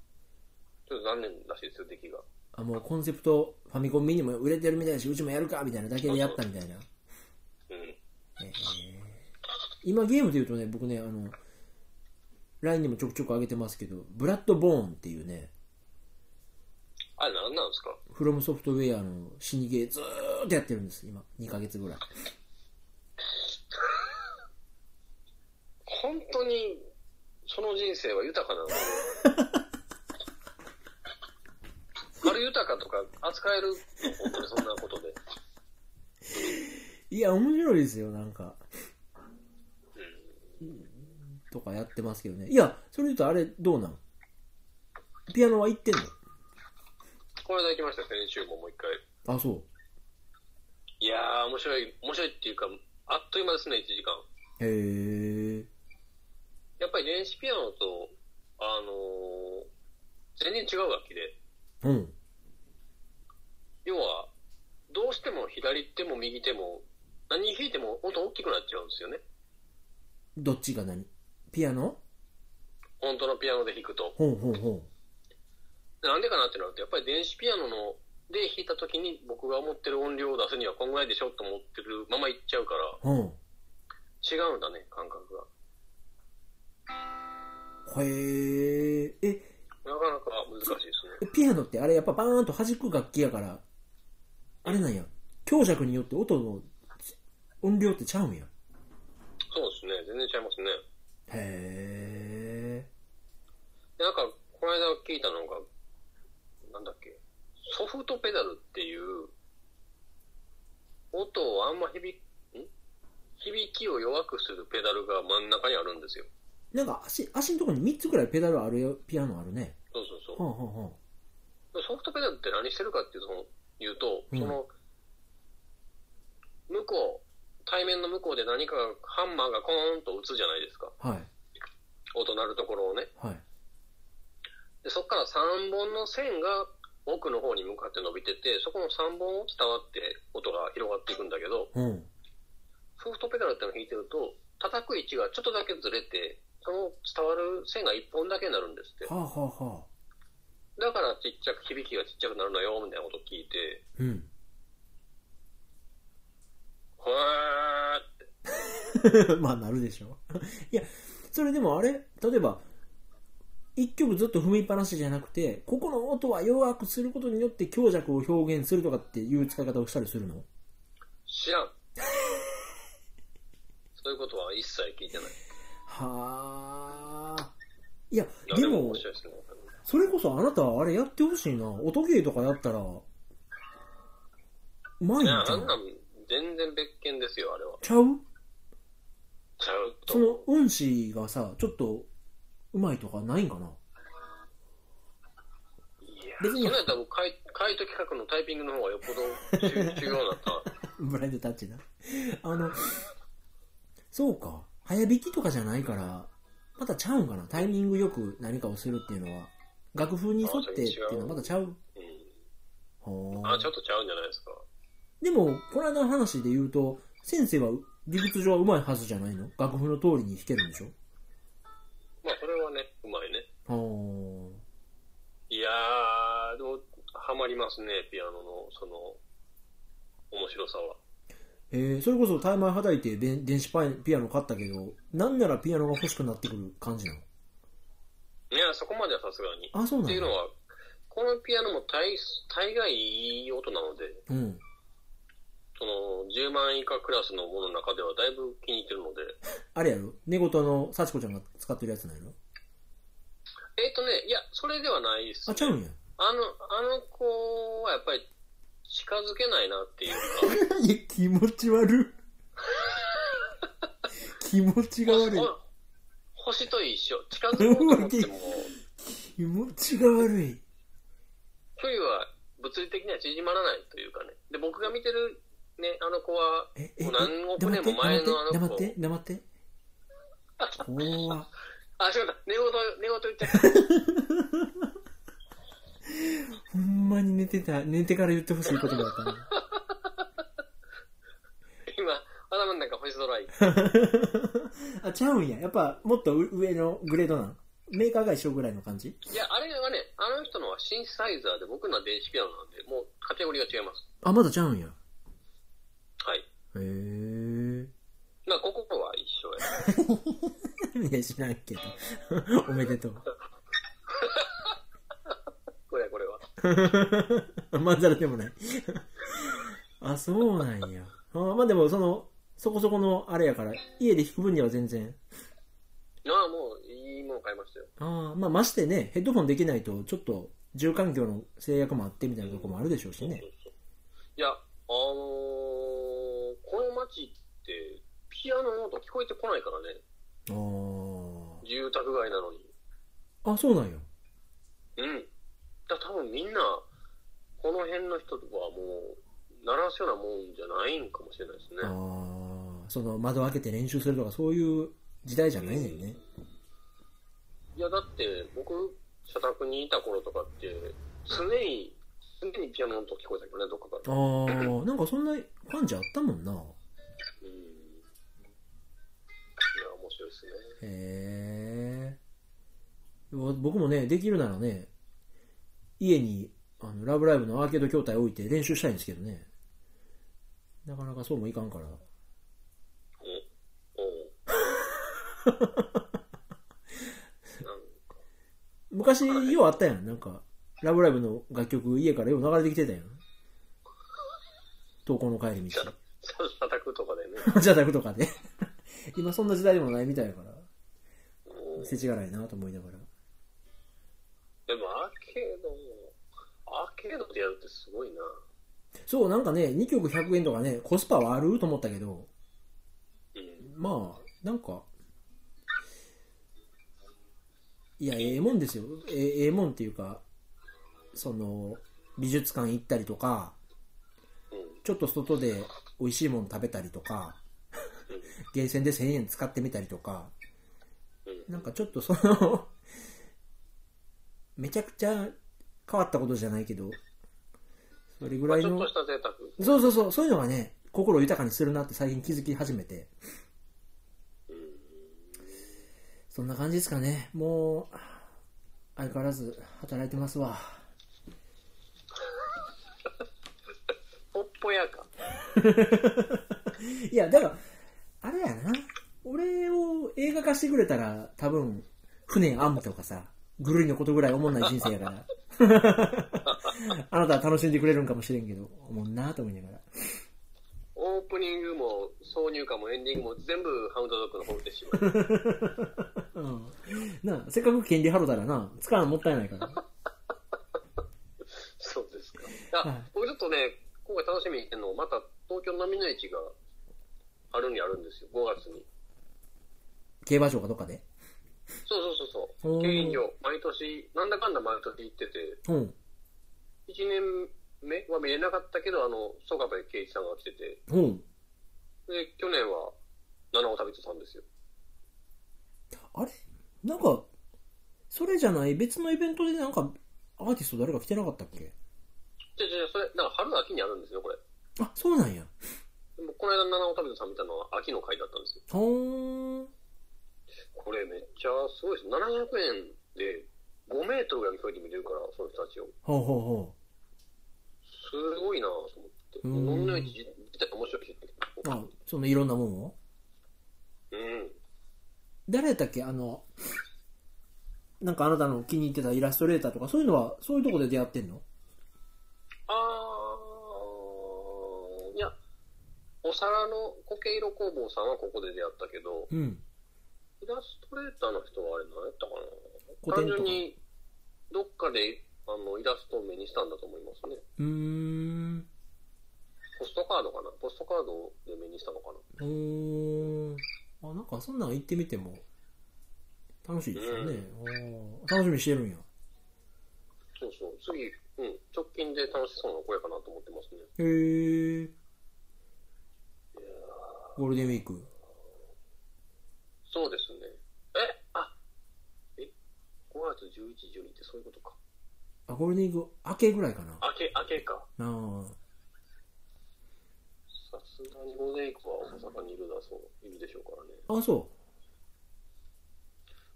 B: っと残念らしいですよ、出来が。
A: ー。あ、もうコンセプト、ファミコンミニも売れてるみたいだし、うちもやるかみたいなだけでやったみたいな。
B: うん。
A: えー今ゲームで言うとね、僕ね、あの、LINE にもちょくちょく上げてますけど、ブラッドボーンっていうね、
B: あれなんなんですか
A: フロムソフトウェアの死にゲーずーっとやってるんです、今。2ヶ月ぐらい。
B: 本当に、その人生は豊かなのあれ豊かとか扱えるの本当にそんなことで。
A: いや、面白いですよ、なんか。とかやってますけどね。いや、それで言うとあれ、どうなんピアノは行ってんの
B: この間行きました、先週ももう一回。
A: あ、そ
B: いやー、面白い、面白いっていうか、あっという間ですね、1時間。
A: う。へえ。
B: やっぱり電子ピアノと、あのー全然違う楽器で、
A: うん。
B: 要は、どうしても左手も右手も、何弾いても音大きくなっちゃうんですよね。
A: どっちが何ピアノ
B: 本当のピアノで弾くと。
A: ほんほんほん。
B: なんでかなってなると、やっぱり電子ピアノので弾いた時に僕が思ってる音量を出すにはこんぐらいでしょと思ってるままいっちゃうから、
A: ほん。
B: 違うんだね、感覚が。
A: へえ。え、
B: なかなか難しいですね。
A: ピアノってあれやっぱバーンと弾く楽器やから、あれなんや。強弱によって音の音量ってちゃうんや。
B: そうですね、全然違いますね。
A: へえ。
B: でなんか、この間聞いたのが、なんだっけ、ソフトペダルっていう、音をあんま響き、ん響きを弱くするペダルが真ん中にあるんですよ。
A: なんか足、足のとこに3つぐらいペダルあるよピアノあるね。
B: そうそう
A: は
B: そ
A: んはんはん。
B: う。ソフトペダルって何してるかっていうと、言うと、
A: うん
B: その、向こう、対面の向こうで何かがハンマーがコーンと打つじゃないですか。
A: はい。
B: 音鳴るところをね。
A: はい。
B: で、そこから3本の線が奥の方に向かって伸びてて、そこの3本を伝わって音が広がっていくんだけど、
A: うん。
B: ソフトペダルってのを弾いてると、叩く位置がちょっとだけずれて、その伝わる線が1本だけになるんですって。
A: はあはあはあ
B: だからちっちゃく、響きがちっちゃくなるのよ、みたいなことを聞いて、
A: うん
B: へーっ て。
A: まあなるでしょ。 いや、それでもあれ、例えば、一曲ずっと踏みっぱなしじゃなくて、ここの音は弱くすることによって強弱を表現するとかっていう使い方をしたりするの
B: 知らん。 そういうことは一切聞いてない。
A: はあ。いや
B: いや、
A: でも
B: 面、白いですけどね
A: それこそあなたあれやってほしいな。音ゲーとかやったら、うまいん
B: い
A: じ
B: や、
A: ゃ
B: あんなんん全然別件ですよ、あれは。
A: ちゃう
B: ちゃうと。
A: その音詞がさ、ちょっと、うまいとかないんかない
B: や、
A: 別
B: そ
A: に
B: れやったら僕、カイカイト企画のタイピングの方がよっぽど重重要 だった。
A: ブラインドタッチな。あの、そうか。早弾きとかじゃないから、またちゃうんかな。タイミングよく何かをするっていうのは。楽譜に沿ってっていうのはまたちゃう。
B: うん。
A: ほ
B: あ、
A: ー
B: ちょっとちゃうんじゃないですか。
A: でも、この間の話で言うと、先生は理屈上は上手いはずじゃないの楽譜の通りに弾けるんでしょ
B: まあ、それはね、うまいね。
A: ほ
B: いやー、でも、ハマりますね、ピアノの、その、面白さは。
A: ーえー、それこそタイマーはたいてで電子パイピアノ買ったけど、なんならピアノが欲しくなってくる感じなの
B: いや、そこまではさすがに。
A: あ、そう
B: っ
A: な
B: ていうの
A: の
B: は、このピアノも大大概いい音なので、
A: うん。
B: その10万以下クラスのものの中ではだいぶ気に入ってるので、
A: あれやろ寝言の幸子ちゃんが使ってるやつないの
B: えっ、とね、いや、それではないです、
A: あ、
B: ね
A: ちゃうんや。
B: あの、あの子はやっぱり近づけないなって いうか、
A: いや、気持ち悪い。 気持ちが悪い
B: ほ。星と一緒、近づこうと思っても、
A: 気持ちが悪い。
B: 距離は物理的には縮まらないというかね。で、僕が見てるね、あの子は、
A: え、え、え
B: もう何億
A: 黙
B: 年
A: って
B: も前のあの子。
A: 黙って、黙 って、黙って。怖っ
B: あ、違うだ、寝言、寝言言っちゃった。
A: ほんまに寝てた、寝てから言ってほしい言葉だったな。
B: 今、頭の中星空い。
A: あ、ちゃうんや。やっぱ、もっと上のグレードなんメーカーが一緒ぐらいの感じ
B: いや、あれはね、あの人のはシンセサイザーで、僕のは電子ピアノなんで、もうカテゴリーが違います。
A: あ、まだちゃうんや。
B: はい。
A: へえ。
B: まあ、ここは一緒 や。
A: いや、知らんけど。 おめでと
B: これはこれは。
A: う。まんざらでもない。 あ、そうなんや。 あまあでも、その、そこそこのあれやから、家で弾く分には全然。
B: ああ、もういいもの買いましたよ。
A: ああ、まあましてね、ヘッドフォンできないと、ちょっと、住環境の制約もあってみたいなところもあるでしょうしね
B: そう。そういや、あのーこの街って、ピアノの音聞こえてこないからね。
A: あ
B: 住宅街なのに。
A: あ。あ、そうなんや。
B: うん。だから多分みんな、この辺の人とかはもう、鳴らすようなもんじゃないんかもしれないですね。
A: ああ、その、窓開けて練習するとか、そういう時代じゃないねんね。
B: いや、だって、僕、社宅にいた頃とかって、常に、常にピアノの音聞こえたけどね、どっかから。
A: ああ、なんかそんな感じあったもんな。
B: うん。いや、面白いですね。
A: へえ。わ僕もね、できるならね、家に、あの、ラブライブのアーケード筐体置いて練習したいんですけどね。なかなかそうもいかんから。
B: おお。なん
A: 昔、ようあったやん。なんか、ラブライブの楽曲、家からよう流れてきて たやん。投稿の帰り道。
B: 社宅とかでね。
A: じゃあ、宅とかで。今、そんな時代でもないみたいやから、
B: うん
A: 世知辛いなと思いながら。
B: でも、アーケードも、アーケードでやるってすごいな。
A: そう、なんかね、2曲100円とかね、コスパはあると思ったけど、
B: うん。
A: まあ、なんか、いや、ええもんですよ。ええええもんっていうか、その、美術館行ったりとか、
B: うん。
A: ちょっと外で美味しいもの食べたりとか、 ゲーセンで1000円使ってみたりとか、
B: うん。
A: なんかちょっとその、めちゃくちゃ変わったことじゃないけど、それぐら
B: まあ、
A: い
B: ちょっ
A: の
B: とし、た贅沢。
A: そうそうそう、そういうのがね、心を豊かにするなって最近気づき始めて、そんな感じですかね。もう、相変わらず働いてますわ。
B: ぽっぽやか。
A: いや、だから、あれやな。俺を映画化してくれたら、多分、船あんとかさ、ぐるりのことぐらい思んない人生やから。 あなたは楽しんでくれるんかもしれんけど、思んなと思いながら。
B: オープニングも挿入歌もエンディングも全部ハウンドドッグの方でしまう。
A: うん。なあ、せっかく権利払うたらな、使うのもったいないから。
B: そうですか。あ、
A: はい
B: 僕ちょっとね、今回楽しみにしてるの、また東京のみの市が春にあるんですよ、5月に。
A: 競馬場かどっかで。
B: そうそうそうそ
A: お
B: う。
A: ー
B: 競輪場、毎年、なんだかんだ毎年行ってて、
A: うん。
B: 1年目は見れなかったけど、あの、曽我部圭一さんが来てて、
A: うん。
B: で、去年は七尾旅人さんですよ。
A: あれなんか、それじゃない、別のイベントでなんか、アーティスト誰か来てなかったっけ
B: じゃじゃそれ、だから春秋にあるんですよ、これ。
A: あ、そうなんや。
B: でもこの間七尾旅人さん見たのは秋の回だったんですよ。
A: ほーん。
B: これめっちゃすごいです。700円で5メートルぐらいの距離で見れるから、その人たちを。
A: ほうほうほ
B: すごいなぁと思って。
A: うん
B: 飲みの市自体面白いし。
A: う。あ、そのいろんなもんを
B: うん。
A: 誰だっけあの、なんかあなたの気に入ってたイラストレーターとか、そういうのは、そういうとこで出会ってんの
B: あー、いや、お皿の苔色工房さんはここで出会ったけど、
A: うん。
B: イラストレーターの人はあれ何やったか
A: 古
B: な
A: 典とか
B: 単純に、どっかで、あの、イラストを目にしたんだと思いますね。
A: うーん。
B: ポストカードかなポストカードで目にしたのかな
A: うーん。あ、なんかそんなん行ってみても、楽しいですよね。おー楽しみにしてるんや。
B: そうそう。次、うん、直近で楽しそうな声かなと思ってますね。
A: へー。ゴールデンウィーク。
B: そうですね。えあえ ?5 月11、12ってそういうことか。
A: あ、ゴールデンウィーク明けぐらいかな。あ
B: 明け、明けか。
A: あ。
B: さすがにゴールデンウィークは大阪にいるだそう、いるでしょうからね。
A: あ、そ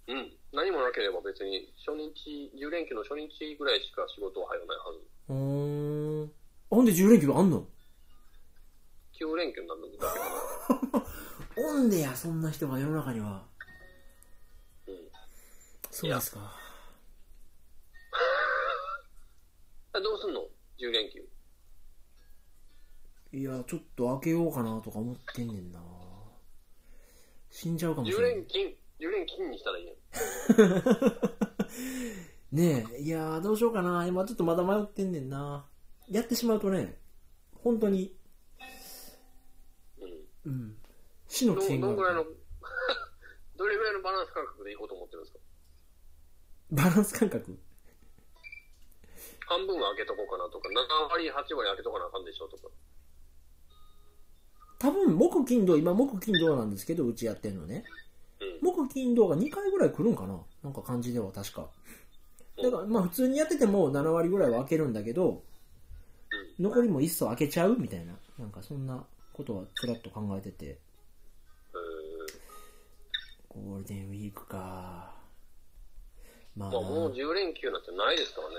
B: うん。何もなければ別に、初日、10連休の初日ぐらいしか仕事は入らないはず。
A: う。うーん。ほんで10連休あんの
B: 9連休になるんだけどな。
A: おんねや、そんな人が世の中には。
B: うん。
A: そうですか。
B: あどうすんの ?10 連休。
A: いや、ちょっと開けようかなとか思ってんねんな。死んじゃうかもし
B: 10
A: れな
B: 連
A: い。
B: 勤、10連勤にしたらいいやん。
A: ねえ、いやー、どうしようかな。今ちょっとまだ迷ってんねんな。やってしまうとね、本当に、う
B: うん。
A: ん、死の危険
B: ど、どんぐ
A: が
B: ら
A: あ
B: いの
A: る。、
B: どれぐらいのバランス感覚でいこうと思ってるんですか
A: バランス感覚
B: 半分は開けとこうかなとか、7割、8割開けとかなあかんでしょとか。
A: 多分、木、金、土、今、木、金、土なんですけど、うちやってんのね。
B: うん。
A: 木、金、土が2回ぐらい来るんかななんか感じでは確か。だから、まあ普通にやってても7割ぐらいは開けるんだけど、残りも一層開けちゃうみたいな。なんかそんなことはちらっと考えてて。
B: うん。
A: ゴールデンウィークか。まあ
B: ま
A: な
B: あ、もう10連休なんてないですからね。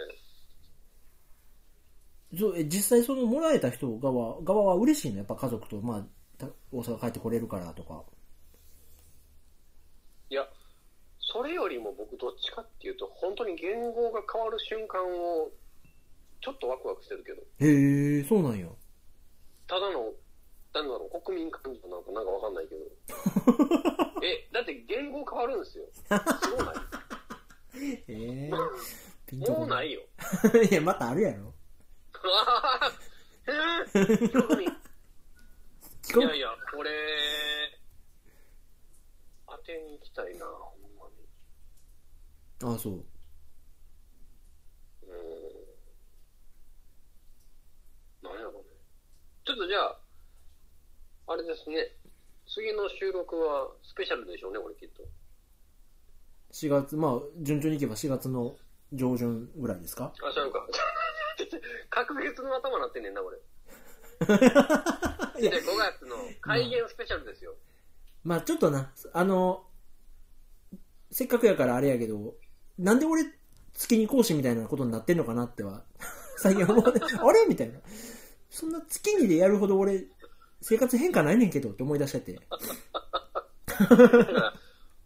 A: そう、え実際そのもらえた人側側は嬉しいのやっぱ家族と、まあ、た大阪帰ってこれるからとか。
B: いや、それよりも僕どっちかっていうと、本当に言語が変わる瞬間を、ちょっとワクワクしてるけど、
A: へえ、そうなんや。
B: ただの、なんだろう、国民感情なんかなんかわかんないけど。え、だって言語変わるんですよ。そうない
A: へえ、ピンと
B: も
A: こ
B: うな
A: ない。
B: いよ。
A: いや、またあるやろ。
B: あーえー 興味
A: 聞こ
B: いや
A: え
B: いや、これ、当てに行きたいな、ほんまに。
A: あ、そう。
B: うん。なんやろね。ちょっとじゃあ、あれですね。次の収録はスペシャルでしょうね、これきっと。
A: 4月、まあ、順調にいけば4月の上旬ぐらいですか
B: あ、ちゃうか。確月の頭なってんねんな、これ。
A: いや
B: で、5月の改元スペシャルで すよ。
A: まあちょっとな、あの、せっかくやからあれやけど、なんで俺、月に講師みたいなことになってんのかなっては、 最近思うね。あれみたいな。そんな月にでやるほど俺、生活変化ないねんけどって思い出しちゃって。
B: だから、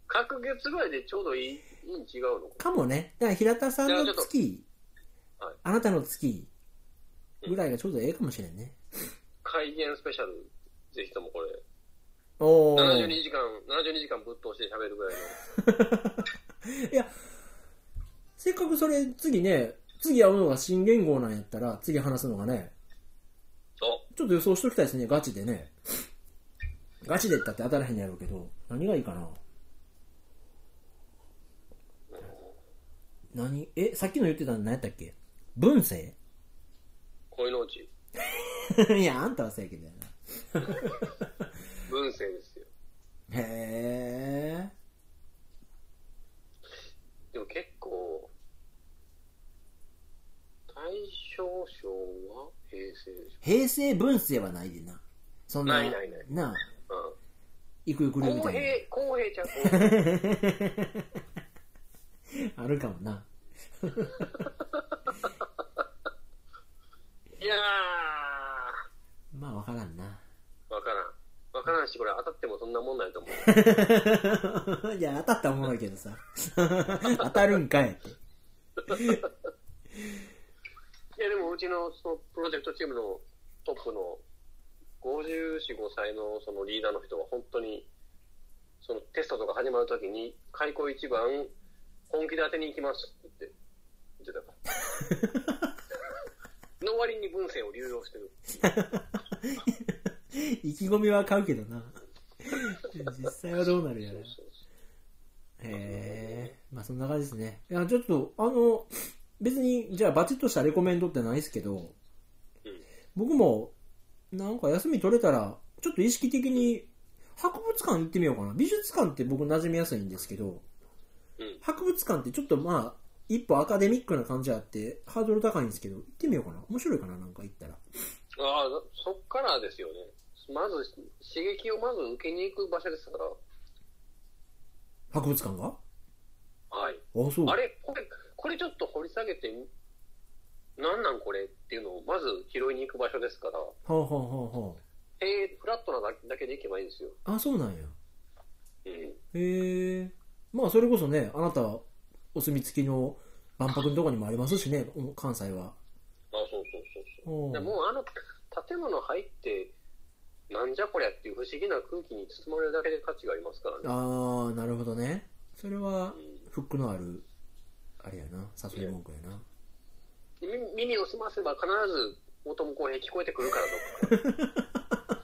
B: 各月ぐらいでちょうどいい、いいに違うの
A: かもね。だから平田さんの月
B: とはい、
A: あなたの月ぐらいがちょうどええかもしれんね。
B: 改元スペシャル、ぜひともこれ。
A: おー。
B: 72時間、72時間ぶっ通して喋るぐらいの。
A: いや、せっかくそれ次ね、次会うのが新元号なんやったら、次話すのがね、
B: そ
A: ちょっと予想しときたいですね、ガチでね。ガチでったって当たらへんやろうけど、何がいいかな。何え、さっきの言ってたの何やったっけ文政
B: う。恋のうち、
A: いや、あんたはそうやけどや
B: 文政ですよ。
A: な。へえ。
B: でも結構、大正昭和平成でし
A: 平成文政はないでな。そんな、
B: ないないない
A: なあ、
B: ょ。
A: 行く行く
B: うん。
A: るみ
B: 公
A: たいな
B: 平。、公平ちゃん、公平。
A: あるかもな。
B: いや
A: まあ、わからんな。
B: ー、わからん。わからんし、これ当たってもそんなもんないと思 う。
A: いや、当たったらおもろいけどさ。 当たるんかいって。
B: いや、でもうちのそのプロジェクトチームのトップの54、5歳のそのリーダーの人は本当に、そのテストとか始まるときに、開口一番、本気で当てに行きますって言ってたから。の割に文政を流用して る。
A: 意気込みは買うけどな。実際はどうなるや
B: そ
A: ら
B: う。そうそ
A: へえ。まあそんな感じですね。いや、ちょっと、あの、別に、じゃあバチッとしたレコメンドってないですけど、
B: ううん。
A: 僕も、なんか休み取れたら、ちょっと意識的に、博物館行ってみようかな。美術館って僕馴染みやすいんですけど、
B: うん
A: 博物館ってちょっとまあ、一歩アカデミックな感じあって、ハードル高いんですけど、行ってみようかな。面白いかな、なんか行ったら。
B: ああ、そっからですよね。まず、刺激をまず受けに行く場所ですから。
A: 博物館が
B: はい。
A: あ、そう。
B: あれこれ、これちょっと掘り下げて、なんなんこれっていうのをまず拾いに行く場所ですから、
A: はあ、はあはあは
B: えー、フラットなだけだけで行けばいいんですよ。
A: あ、あ、そうなんや。
B: うん。
A: へえ。まあ、それこそね、あなた、お墨付きの万博のとこにもありますしね、お関西は。
B: あ、そうそうそう
A: お
B: そうう。でもうあの、建物入って、なんじゃこりゃっていう不思議な空気に包まれるだけで価値がありますからね。
A: ああ、なるほどね。それは
B: う、ん
A: フックのある、あれやな、誘い文句やな。
B: み耳を澄ませば必ず、大友康平聞こえてくるからどっか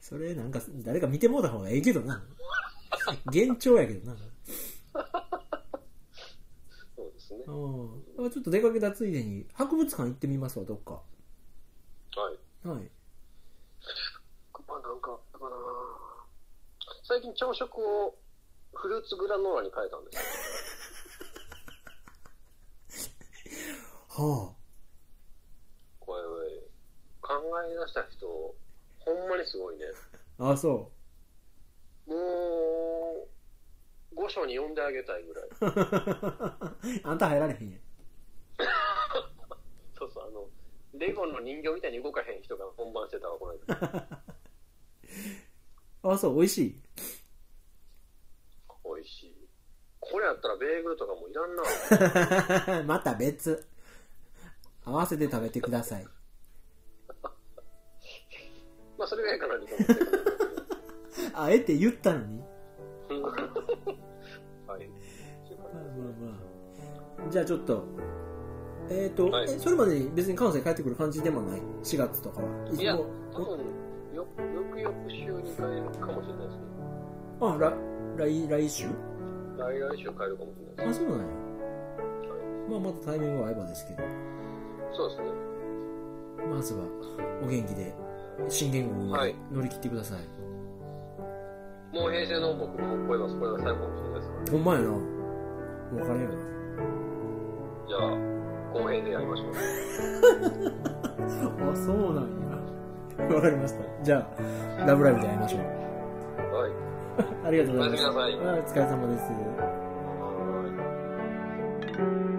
A: それ、なんか、誰か見てもうた方がええけどな。幻聴やけどな。
B: そうですね。
A: うん。あちょっと出かけたついでに、博物館行ってみますわ、どっか。
B: はい。
A: はい。
B: まあなんかあったかな最近朝食をフルーツグラノーラに変えたんですよ
A: は
B: これ、考え出した人、ほんまにすごいね。
A: あ。ああ、そ
B: もう、御所に呼んであげたいぐらい。
A: う。 あんた入られへんやん。
B: そうそう、あの、レゴの人形みたいに動かへん人が本番してたわ、この間。
A: ああ、そう、美味しい。
B: 美味しい。これやったらベーグルとかもいらん な。
A: また別合わせて食べてください
B: まあ、それがいいかなと思って。
A: あえて言ったのに
B: うんはい。
A: まあまあまあじゃあちょっとえっ、と、
B: はい
A: えそれまでに別に関西帰ってくる感じでもない4月とかはい
B: いや、
A: も
B: 多分、よ、よくよく週に変えるかもしれないですね。
A: あら来来週
B: 来来週変えるかもしれな
A: あ
B: いです。
A: そうなんや
B: は
A: まあまたタイミングは合えばですけど
B: いそうですね。
A: まずはお元気で新言語
B: はい
A: に乗り切ってください、
B: もう平成の僕も超えます。これが最後かもしれないです。
A: ほんまやなもう別れるな
B: じゃあ、公平でやりましょう。
A: あそう なんやわかりましたじゃあラブライブで会いましょう
B: はい。
A: ありがとうございま
B: おやすみなさい
A: したお疲れ様です
B: はーい